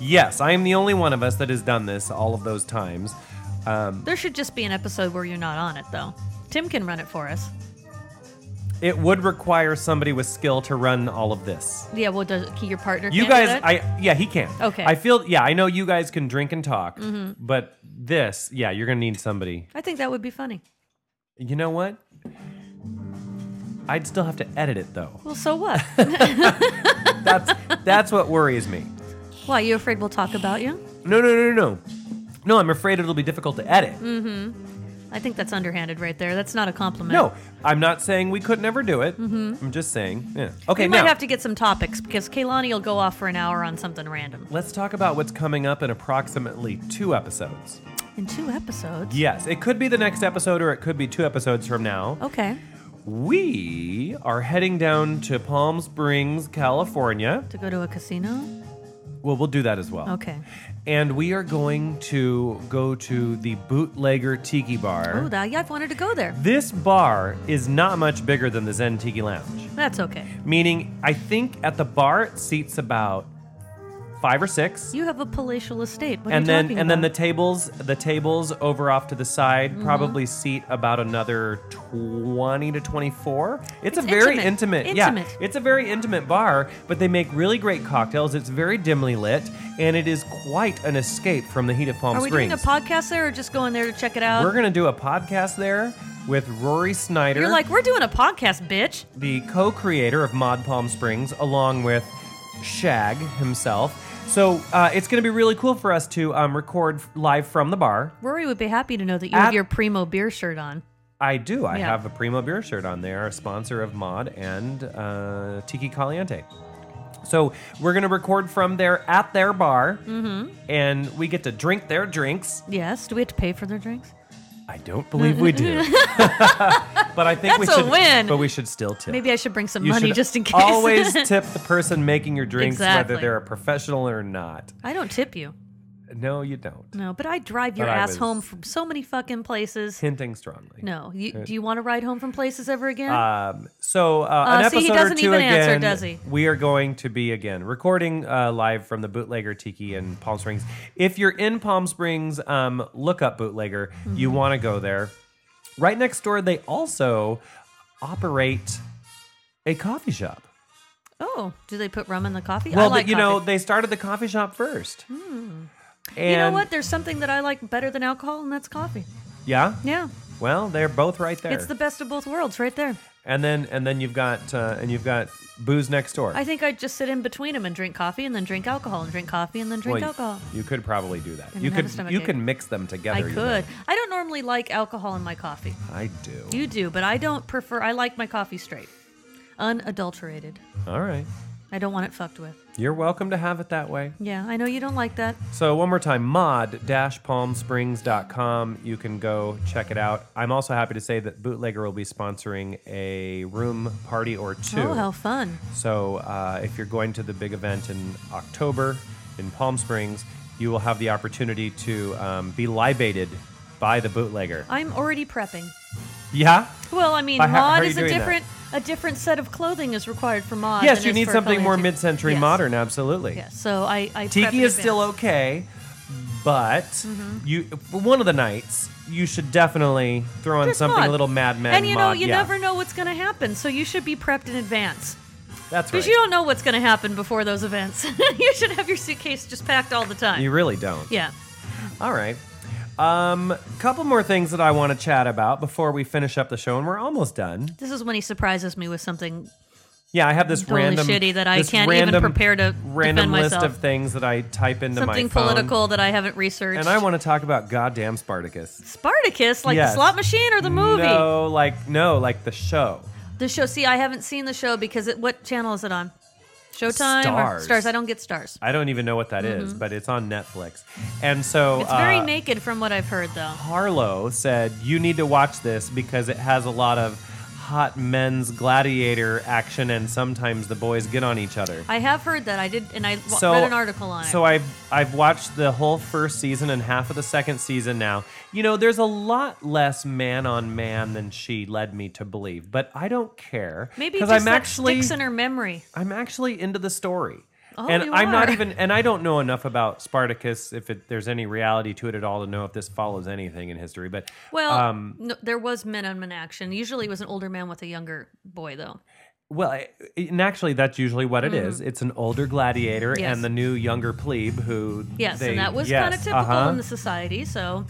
Speaker 1: Yes, I am the only one of us that has done this all of those times. Um,
Speaker 2: There should just be an episode where you're not on it, though. Tim can run it for us.
Speaker 1: it would require somebody with skill to run all of this.
Speaker 2: Yeah, well, does your partner?
Speaker 1: You
Speaker 2: can't do
Speaker 1: guys,
Speaker 2: that?
Speaker 1: I yeah, he can.
Speaker 2: Okay. Mm-hmm.
Speaker 1: I feel yeah, I know you guys can drink and talk, but this, yeah, you're gonna need somebody.
Speaker 2: I think that would be funny.
Speaker 1: You know what? I'd still have to edit it though.
Speaker 2: Well, so what?
Speaker 1: That's that's what worries me.
Speaker 2: Why you afraid we'll talk about you?
Speaker 1: No, no, no, no, no. No, I'm afraid it'll be difficult to edit.
Speaker 2: Mm-hmm. I think that's underhanded right there. That's not a compliment.
Speaker 1: No, I'm not saying we could never do it. I'm just saying. Yeah. Okay.
Speaker 2: we Mm-hmm. might
Speaker 1: now,
Speaker 2: have to get some topics because Kaylani will go off for an hour on something random
Speaker 1: Let's talk about what's coming up in approximately two episodes.
Speaker 2: in two episodes.
Speaker 1: Yes, it could be the next episode or it could be two episodes from now.
Speaker 2: Okay,
Speaker 1: We are heading down to Palm Springs, California.
Speaker 2: to go to a casino.
Speaker 1: Well, we'll do that as well.
Speaker 2: Okay.
Speaker 1: And we are going to go to the Bootlegger Tiki Bar.
Speaker 2: Oh, that, yeah, I've wanted to go there.
Speaker 1: this bar is not much bigger than the Zen Tiki Lounge,
Speaker 2: That's okay.
Speaker 1: meaning I think at the bar it seats about five or six.
Speaker 2: You have a palatial estate. What are
Speaker 1: and
Speaker 2: you
Speaker 1: then
Speaker 2: talking
Speaker 1: and then the
Speaker 2: about? Mm-hmm.
Speaker 1: tables the tables over off to the side probably seat about another 20 to 24 it's, a
Speaker 2: It's
Speaker 1: very
Speaker 2: intimate.
Speaker 1: intimate,
Speaker 2: Intimate.
Speaker 1: yeah it's a very intimate bar but they make really great cocktails it's very dimly lit and it is quite an escape from the heat of palm
Speaker 2: Are we
Speaker 1: springs
Speaker 2: doing a podcast there or just going there to check it out?
Speaker 1: we're gonna do a podcast there with rory snyder
Speaker 2: You're like, we're doing a podcast, bitch.
Speaker 1: the co-creator of Mod Palm Springs, along with Shag himself. So uh, it's going to be really cool for us to um, record f- live from the bar.
Speaker 2: Rory would be happy to know that you
Speaker 1: At-
Speaker 2: have your primo beer shirt on.
Speaker 1: I do. I
Speaker 2: Yeah.
Speaker 1: have a Primo beer shirt on. They are a sponsor of Mod and uh, Tiki Caliente. So we're going to record from there at their bar,
Speaker 2: Mm-hmm.
Speaker 1: and we get to drink their drinks.
Speaker 2: Yes. Do we have to pay for their drinks?
Speaker 1: I don't believe we do, but I think we
Speaker 2: That's a
Speaker 1: should
Speaker 2: win.
Speaker 1: But we should still tip.
Speaker 2: Maybe I should bring some
Speaker 1: You
Speaker 2: money
Speaker 1: should
Speaker 2: just in case.
Speaker 1: always tip the person making your drinks,
Speaker 2: Exactly.
Speaker 1: whether they're a professional or not.
Speaker 2: I don't tip you.
Speaker 1: No, you don't.
Speaker 2: No, but I drive your
Speaker 1: But I
Speaker 2: ass
Speaker 1: was-
Speaker 2: home from so many fucking places.
Speaker 1: Hinting strongly.
Speaker 2: No. You, do you want to ride home from places ever again?
Speaker 1: Um, so uh, an
Speaker 2: Uh,
Speaker 1: episode
Speaker 2: see, he
Speaker 1: or
Speaker 2: doesn't
Speaker 1: two
Speaker 2: even
Speaker 1: again,
Speaker 2: answer, does he?
Speaker 1: we are going to be again recording uh, live from the Bootlegger Tiki in Palm Springs. If you're in Palm Springs, um, look up Bootlegger. You
Speaker 2: Mm-hmm.
Speaker 1: want to go there. Right next door, they also operate a coffee shop.
Speaker 2: oh, do they put rum in the coffee? I
Speaker 1: Well,
Speaker 2: like
Speaker 1: th- you know,
Speaker 2: coffee.
Speaker 1: they started the coffee shop first. And
Speaker 2: you know what? There's something that I like better than alcohol, and that's coffee.
Speaker 1: Yeah.
Speaker 2: Yeah.
Speaker 1: Well, they're both right there.
Speaker 2: It's the best of both worlds right there.
Speaker 1: and then and then you've got uh, and you've got booze next door.
Speaker 2: I think I'd just sit in between them and drink coffee and then drink alcohol and drink coffee and then drink
Speaker 1: Well,
Speaker 2: alcohol.
Speaker 1: You could probably do that.
Speaker 2: And
Speaker 1: You
Speaker 2: then
Speaker 1: could
Speaker 2: have a stomach
Speaker 1: you
Speaker 2: ache.
Speaker 1: can mix them together.
Speaker 2: I
Speaker 1: you
Speaker 2: could.
Speaker 1: know.
Speaker 2: I don't normally like alcohol in my coffee.
Speaker 1: I do.
Speaker 2: You do, but I don't prefer. I like my coffee straight, unadulterated.
Speaker 1: All right.
Speaker 2: I don't want it fucked with.
Speaker 1: You're welcome to have it that way.
Speaker 2: Yeah, I know you don't like that.
Speaker 1: So one more time, mod-palmsprings.com. You can go check it out. I'm also happy to say that Bootlegger will be sponsoring a room party or two.
Speaker 2: Oh, how fun!
Speaker 1: So uh, if you're going to the big event in October in Palm Springs, you will have the opportunity to um, be libated by the bootlegger.
Speaker 2: Oh, I'm already prepping.
Speaker 1: Yeah.
Speaker 2: Well, I mean,
Speaker 1: But how- how
Speaker 2: mod
Speaker 1: are you
Speaker 2: is a
Speaker 1: doing that?
Speaker 2: different a different set of clothing is required for mod.
Speaker 1: yes,
Speaker 2: than
Speaker 1: you
Speaker 2: is
Speaker 1: need
Speaker 2: for
Speaker 1: something more
Speaker 2: colored.
Speaker 1: mid-century
Speaker 2: Yes.
Speaker 1: modern. Absolutely.
Speaker 2: Yes. So I, I prepped
Speaker 1: Tiki
Speaker 2: in
Speaker 1: is still
Speaker 2: advance. Mm-hmm.
Speaker 1: okay, but you one of the nights you should definitely throw in
Speaker 2: Just
Speaker 1: something
Speaker 2: mod.
Speaker 1: a little Mad Men.
Speaker 2: And you know,
Speaker 1: mod.
Speaker 2: you
Speaker 1: Yeah,
Speaker 2: never know what's going to happen, so you should be prepped in advance.
Speaker 1: That's right.
Speaker 2: Because you don't know what's going to happen before those events. you should have your suitcase just packed all the time.
Speaker 1: You really don't.
Speaker 2: yeah.
Speaker 1: All right. Um, couple more things that I want to chat about before we finish up the show, and we're almost done.
Speaker 2: This is when he surprises me with something.
Speaker 1: Yeah, I have this
Speaker 2: Totally
Speaker 1: random,
Speaker 2: shitty that I
Speaker 1: this
Speaker 2: can't even
Speaker 1: random-
Speaker 2: prepare to
Speaker 1: random
Speaker 2: defend
Speaker 1: list
Speaker 2: myself.
Speaker 1: of things that I type into
Speaker 2: Something
Speaker 1: my phone.
Speaker 2: political that I haven't researched.
Speaker 1: And I want to talk about goddamn Spartacus.
Speaker 2: Spartacus, like
Speaker 1: Yes.
Speaker 2: the slot machine or the movie?
Speaker 1: No, like no, like the show.
Speaker 2: The show. See, I haven't seen the show because it, what channel is it on? Showtime or
Speaker 1: Stars.
Speaker 2: Stars? I don't get Stars.
Speaker 1: I don't even know what that is, but it's on Netflix. And so
Speaker 2: Mm-hmm. It's very
Speaker 1: uh,
Speaker 2: naked from what I've heard, though.
Speaker 1: Harlow said, You need to watch this because it has a lot of hot men's gladiator action, and sometimes the boys get on each other.
Speaker 2: I have heard that. I did, and I w- read an article on it.
Speaker 1: So I've I've watched the whole first season and half of the second season now. You know, there's a lot less man on man than she led me to believe, but I don't care
Speaker 2: Maybe
Speaker 1: because
Speaker 2: just
Speaker 1: I'm
Speaker 2: that
Speaker 1: actually
Speaker 2: sticks in her memory.
Speaker 1: I'm actually into the story.
Speaker 2: Oh,
Speaker 1: and
Speaker 2: you
Speaker 1: I'm not
Speaker 2: are.
Speaker 1: even, and I don't know enough about Spartacus if it, there's any reality to it at all to know if this follows anything in history. But
Speaker 2: Well,
Speaker 1: um,
Speaker 2: no, there was men on men action. Usually, it was an older man with a younger boy, though.
Speaker 1: Well, I- and actually, that's usually what it is. It's an older gladiator
Speaker 2: Mm-hmm. Yes.
Speaker 1: and the new younger plebe who.
Speaker 2: Yes,
Speaker 1: they-
Speaker 2: and that was
Speaker 1: yes,
Speaker 2: kind of typical
Speaker 1: uh-huh.
Speaker 2: in the society. So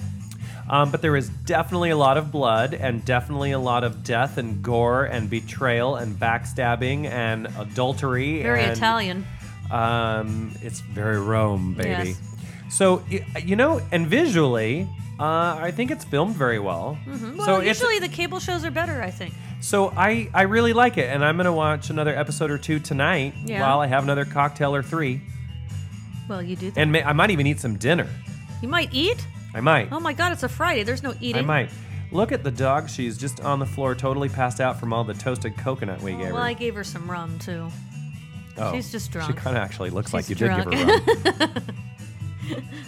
Speaker 1: Um, but there is definitely a lot of blood and definitely a lot of death and gore and betrayal and backstabbing and adultery.
Speaker 2: very
Speaker 1: and,
Speaker 2: Italian.
Speaker 1: Um, it's very Rome, baby.
Speaker 2: Yes.
Speaker 1: So y- you know, and visually, uh, I think it's filmed very well.
Speaker 2: Mm-hmm. Well,
Speaker 1: so it's
Speaker 2: usually the cable shows are better, I think.
Speaker 1: so I I really like it, and I'm gonna watch another episode or two tonight
Speaker 2: Yeah.
Speaker 1: while I have another cocktail or three.
Speaker 2: Well, you do. That.
Speaker 1: And may, I might even eat some dinner.
Speaker 2: you might eat.
Speaker 1: I might.
Speaker 2: Oh my God, it's a Friday. There's no eating.
Speaker 1: I might. Look at the dog. She's just on the floor, totally passed out from all the toasted coconut we gave
Speaker 2: Oh, Well,
Speaker 1: her.
Speaker 2: I gave her some rum too.
Speaker 1: oh,
Speaker 2: she's just
Speaker 1: She
Speaker 2: drunk.
Speaker 1: kind of actually looks like you
Speaker 2: She's
Speaker 1: did give her rum.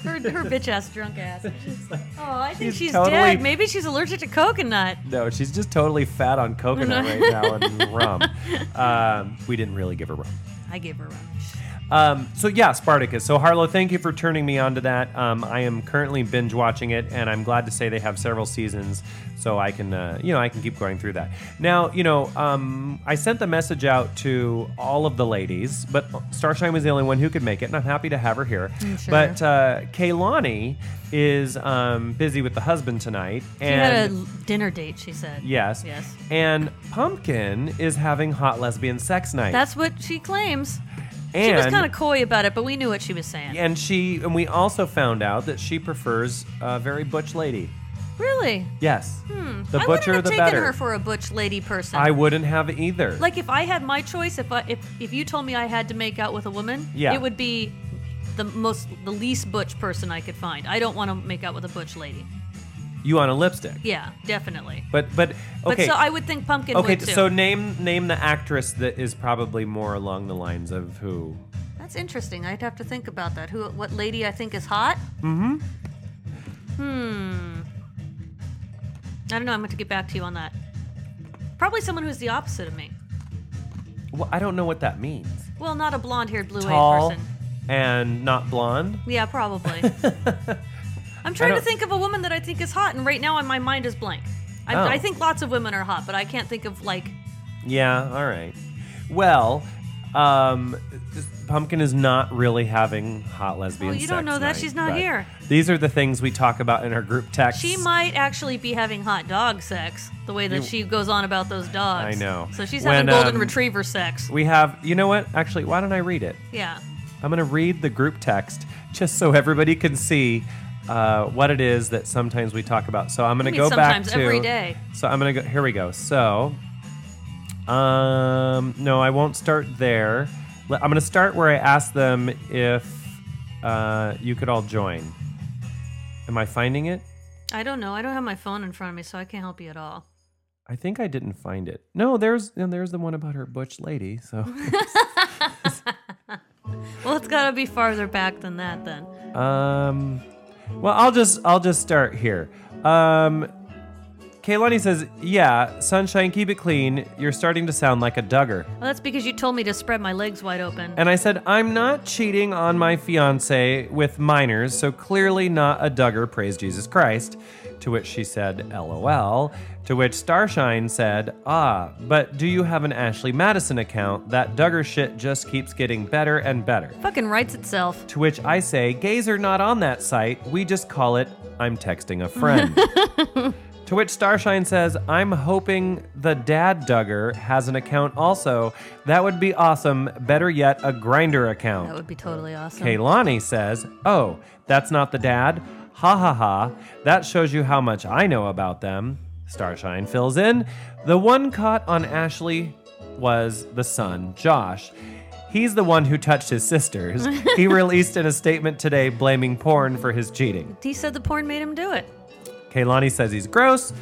Speaker 2: Her, her bitch ass drunk ass. oh, I think
Speaker 1: she's
Speaker 2: she's,
Speaker 1: totally-
Speaker 2: dead. Maybe she's allergic to coconut.
Speaker 1: no, she's just totally fat on coconut right now and rum. Um, we didn't really give her rum.
Speaker 2: I gave her rum.
Speaker 1: Um, so yeah, Spartacus. So Harlow, thank you for turning me on to that. Um, I am currently binge watching it, and I'm glad to say they have several seasons, so I can uh, you know I can keep going through that. Now you know um, I sent the message out to all of the ladies, but Starshine was the only one who could make it, and I'm happy to have her here.
Speaker 2: Mm, sure.
Speaker 1: But uh, Kaylani is um, busy with the husband tonight,
Speaker 2: She had
Speaker 1: and
Speaker 2: a dinner date. She said.
Speaker 1: yes,
Speaker 2: Yes.
Speaker 1: and Pumpkin is having hot lesbian sex night.
Speaker 2: That's what she claims.
Speaker 1: and
Speaker 2: she was kind of coy about it, but we knew what she was saying.
Speaker 1: and she and we also found out that she prefers a very butch lady.
Speaker 2: Really?
Speaker 1: Yes, the
Speaker 2: Hmm. I wouldn't
Speaker 1: butcher
Speaker 2: have
Speaker 1: the
Speaker 2: taken
Speaker 1: better.
Speaker 2: her for a butch lady person.
Speaker 1: I wouldn't have either.
Speaker 2: like if I had my choice, if I, if if you told me I had to make out with a woman,
Speaker 1: Yeah.
Speaker 2: it would be the most the least butch person I could find. I don't want to make out with a butch lady.
Speaker 1: you on a lipstick,
Speaker 2: Yeah, definitely.
Speaker 1: but but
Speaker 2: But
Speaker 1: okay.
Speaker 2: so I would think pumpkin
Speaker 1: Okay,
Speaker 2: would too.
Speaker 1: so name name the actress that is probably more along the lines of who.
Speaker 2: That's interesting. I'd have to think about that. Who what lady I think is hot? Mm-hmm. Hmm. I don't know, I'm going to get back to you on that. Probably someone who's the opposite of me.
Speaker 1: Well, I don't know what that means.
Speaker 2: Well, not a blonde-haired, blue-eyed
Speaker 1: Tall
Speaker 2: person.
Speaker 1: and not blonde.
Speaker 2: Yeah, probably. I'm trying to
Speaker 1: don't-
Speaker 2: think of a woman that I think is hot, and right now my mind is blank. I,
Speaker 1: Oh.
Speaker 2: I think lots of women are hot, but I can't think of like.
Speaker 1: Yeah, all right. Well, um, Pumpkin is not really having hot lesbian.
Speaker 2: Oh, you don't
Speaker 1: sex
Speaker 2: know that.
Speaker 1: night,
Speaker 2: She's not
Speaker 1: but
Speaker 2: here.
Speaker 1: These are the things we talk about in our group text.
Speaker 2: She might actually be having hot dog sex the way that she goes on about those dogs.
Speaker 1: I know.
Speaker 2: So she's
Speaker 1: When,
Speaker 2: having golden
Speaker 1: um,
Speaker 2: retriever sex.
Speaker 1: We have. You know what? Actually, why don't I read it?
Speaker 2: Yeah.
Speaker 1: I'm gonna read the group text just so everybody can see. Uh, what it is that sometimes we talk about. So I'm going to
Speaker 2: mean
Speaker 1: go back
Speaker 2: sometimes?
Speaker 1: to
Speaker 2: Every day.
Speaker 1: So I'm going to go. Here we go. So, um, no, I won't start there. Le- I'm going to start where I asked them if uh, you could all join. Am I finding it?
Speaker 2: I don't know. I don't have my phone in front of me, so I can't help you at all.
Speaker 1: I think I didn't find it. No, there's and there's the one about her butch lady. So.
Speaker 2: Well, it's got to be farther back than that then.
Speaker 1: Um, well, I'll just I'll just start here. Um, Kaylani says, "Yeah, sunshine, keep it clean. You're starting to sound like a Duggar."
Speaker 2: Well, that's because you told me to spread my legs wide open.
Speaker 1: And I said, "I'm not cheating on my fiance with minors, so clearly not a Duggar. Praise Jesus Christ." To which she said, "LOL." To which Starshine said, "Ah, but do you have an Ashley Madison account? That Duggar shit just keeps getting better and better."
Speaker 2: Fucking writes itself.
Speaker 1: To which I say, gays are not on that site. We just call it, I'm texting a friend. to which Starshine says, I'm hoping the dad Duggar has an account also. That would be awesome. Better yet, a grinder account.
Speaker 2: That would be totally awesome.
Speaker 1: Kaylani says, Oh, that's not the dad? Ha ha ha. That shows you how much I know about them. Starshine fills in. The one caught on Ashley was the son, Josh. He's the one who touched his sisters. he released in a statement today blaming porn for his cheating.
Speaker 2: He said the porn made him do it.
Speaker 1: Kaylani says he's gross.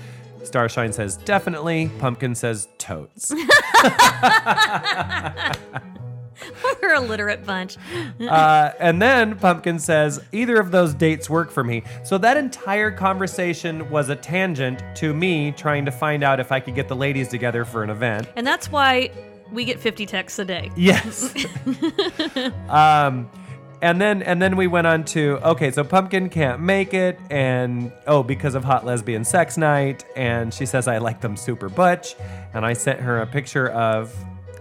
Speaker 1: Starshine says definitely. Pumpkin says totes.
Speaker 2: We're a literate bunch.
Speaker 1: Uh, and then Pumpkin says, either of those dates work for me. So that entire conversation was a tangent to me trying to find out if I could get the ladies together for an event.
Speaker 2: And that's why we get 50 texts a day.
Speaker 1: Yes. um, and then and then we went on to okay, so Pumpkin can't make it, and oh, because of hot lesbian sex night, and she says I like them super butch, and I sent her a picture of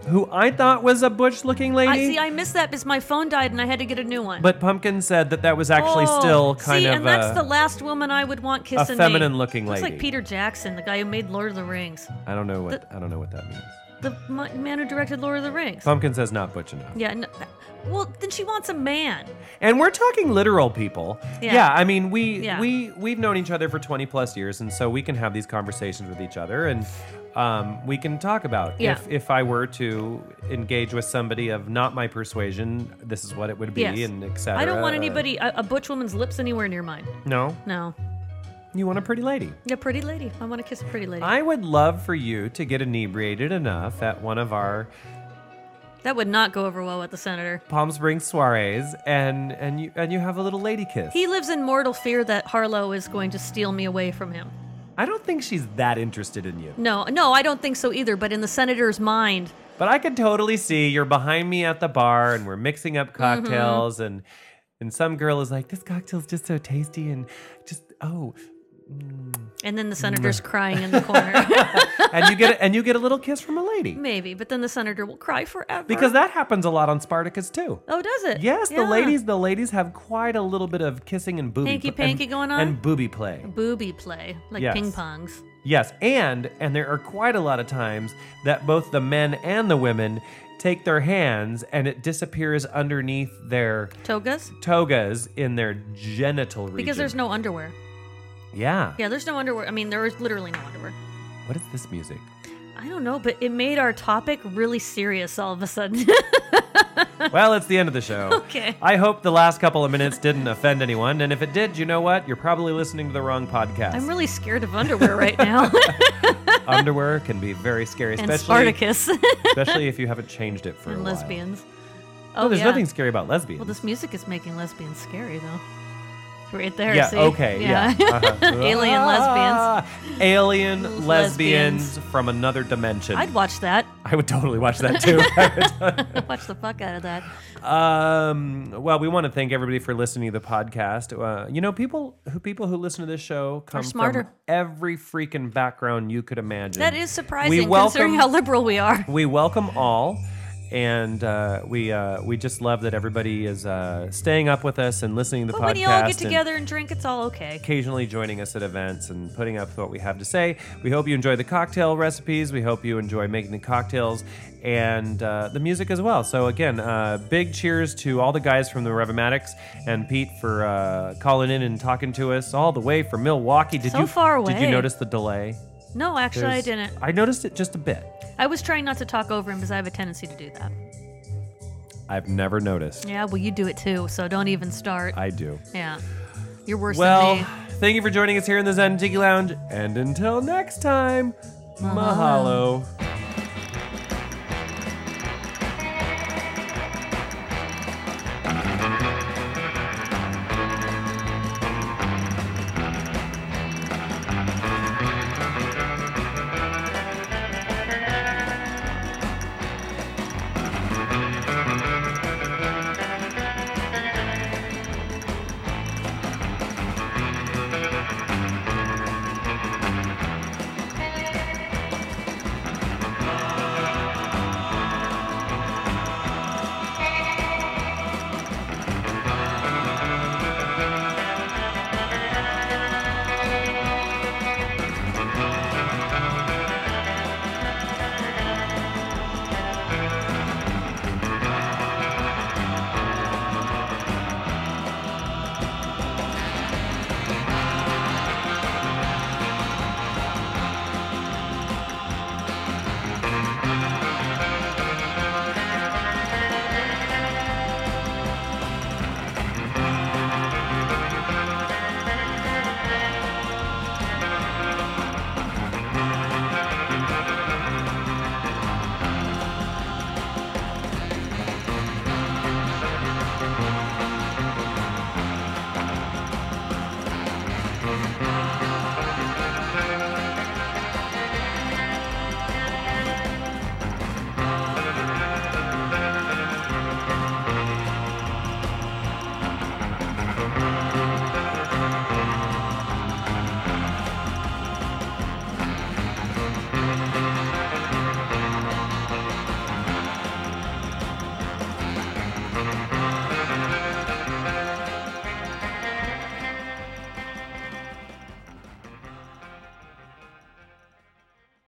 Speaker 1: who I thought was a butch looking lady.
Speaker 2: I see. I missed that because my phone died and I had to get a new one. Oh,
Speaker 1: But Pumpkin said that that was actually still kind
Speaker 2: see,
Speaker 1: of
Speaker 2: and that's
Speaker 1: a-
Speaker 2: the last woman I would want kissing me.
Speaker 1: feminine-looking
Speaker 2: Looks
Speaker 1: lady.
Speaker 2: like Peter Jackson, the guy who made Lord of the Rings,
Speaker 1: I don't know what I don't know what that means.
Speaker 2: the m- man who directed Lord of the Rings.
Speaker 1: Pumpkin says not butch enough.
Speaker 2: yeah. No, well, then she wants a man.
Speaker 1: And we're talking literal people. Yeah,
Speaker 2: Yeah.
Speaker 1: I mean we
Speaker 2: Yeah.
Speaker 1: we we've known each other for 20 plus years and so we can have these conversations with each other and um, we can talk about
Speaker 2: Yeah.
Speaker 1: if if I were to engage with somebody of not my persuasion, this is what it would be
Speaker 2: Yes.
Speaker 1: and etc.
Speaker 2: I don't want anybody a, a butch woman's lips anywhere near mine.
Speaker 1: No.
Speaker 2: No.
Speaker 1: You want a pretty lady.
Speaker 2: Yeah, pretty lady. I want to kiss a pretty lady.
Speaker 1: I would love for you to get inebriated enough at one of our
Speaker 2: that would not go over well with the senator.
Speaker 1: Palm Springs soirees and and you and you have a little lady kiss.
Speaker 2: He lives in mortal fear that Harlow is going to steal me away from him.
Speaker 1: I don't think she's that interested in you.
Speaker 2: No, no, I don't think so either. But in the senator's mind,
Speaker 1: But I could totally see you're behind me at the bar and we're mixing
Speaker 2: Mm-hmm.
Speaker 1: up cocktails and and some girl is like, This cocktail's just so tasty and just oh
Speaker 2: and then the senator's
Speaker 1: Mm.
Speaker 2: crying in the corner,
Speaker 1: and you get a, and you get a little kiss from a lady.
Speaker 2: maybe. But then the senator will cry forever
Speaker 1: Because that happens a lot on Spartacus too.
Speaker 2: oh, does it?
Speaker 1: Yes, the
Speaker 2: Yeah.
Speaker 1: ladies the ladies have quite a little bit of kissing and booby
Speaker 2: Hanky
Speaker 1: and-
Speaker 2: panky going on?
Speaker 1: and booby play.
Speaker 2: booby play like
Speaker 1: Yes.
Speaker 2: ping pongs.
Speaker 1: Yes, and and there are quite a lot of times that both the men and the women take their hands and it disappears underneath their
Speaker 2: Togas
Speaker 1: togas in their genital region.
Speaker 2: because there's no underwear.
Speaker 1: yeah.
Speaker 2: Yeah, there's no underwear. I mean, there is literally no underwear.
Speaker 1: What is this music?
Speaker 2: I don't know, but it made our topic really serious all of a sudden.
Speaker 1: well, it's the end of the show.
Speaker 2: Okay.
Speaker 1: I hope the last couple of minutes didn't offend anyone, and if it did, you know what? You're probably listening to the wrong podcast.
Speaker 2: I'm really scared of underwear right now
Speaker 1: Underwear can be very scary,
Speaker 2: and
Speaker 1: especially
Speaker 2: Spartacus
Speaker 1: especially if you haven't changed it for a
Speaker 2: and
Speaker 1: while.
Speaker 2: lesbians. Oh,
Speaker 1: No, there's
Speaker 2: yeah.
Speaker 1: nothing scary about lesbians.
Speaker 2: Well, this music is making lesbians scary though. Right there.
Speaker 1: yeah.
Speaker 2: see?
Speaker 1: Okay. Yeah. uh-huh.
Speaker 2: Alien
Speaker 1: Ah, Alien
Speaker 2: Lesbians.
Speaker 1: lesbians from another dimension.
Speaker 2: I'd watch that.
Speaker 1: I would totally watch that too. I would
Speaker 2: watch the fuck out of that.
Speaker 1: Um, well, we want to thank everybody for listening to the podcast. Uh, you know, people who people who listen to this show come from
Speaker 2: smarter.
Speaker 1: every freaking background you could imagine.
Speaker 2: That is surprising
Speaker 1: We welcome,
Speaker 2: considering how liberal we are.
Speaker 1: we welcome all, and uh, we uh, we just love that everybody is uh, staying up with us and listening to the
Speaker 2: But
Speaker 1: podcast.
Speaker 2: when you all get
Speaker 1: and-
Speaker 2: together and drink, it's all okay.
Speaker 1: occasionally joining us at events and putting up with what we have to say. We hope you enjoy the cocktail recipes. We hope you enjoy making the cocktails and uh, the music as well. So, again, uh, big cheers to all the guys from the Revomatics and Pete for uh, calling in and talking to us all the way from Milwaukee. Did
Speaker 2: So
Speaker 1: you,
Speaker 2: far
Speaker 1: Did you
Speaker 2: away.
Speaker 1: notice the delay?
Speaker 2: No, actually, I
Speaker 1: There's-
Speaker 2: didn't.
Speaker 1: I noticed it just a bit.
Speaker 2: I was trying not to talk over him because I have a tendency to do that.
Speaker 1: I've never noticed.
Speaker 2: Yeah, well, you do it too, so don't even start.
Speaker 1: I do.
Speaker 2: yeah. You're worse
Speaker 1: Well,
Speaker 2: than me.
Speaker 1: thank you for joining us here in the Zen Tiki Lounge. And until next time, mahalo.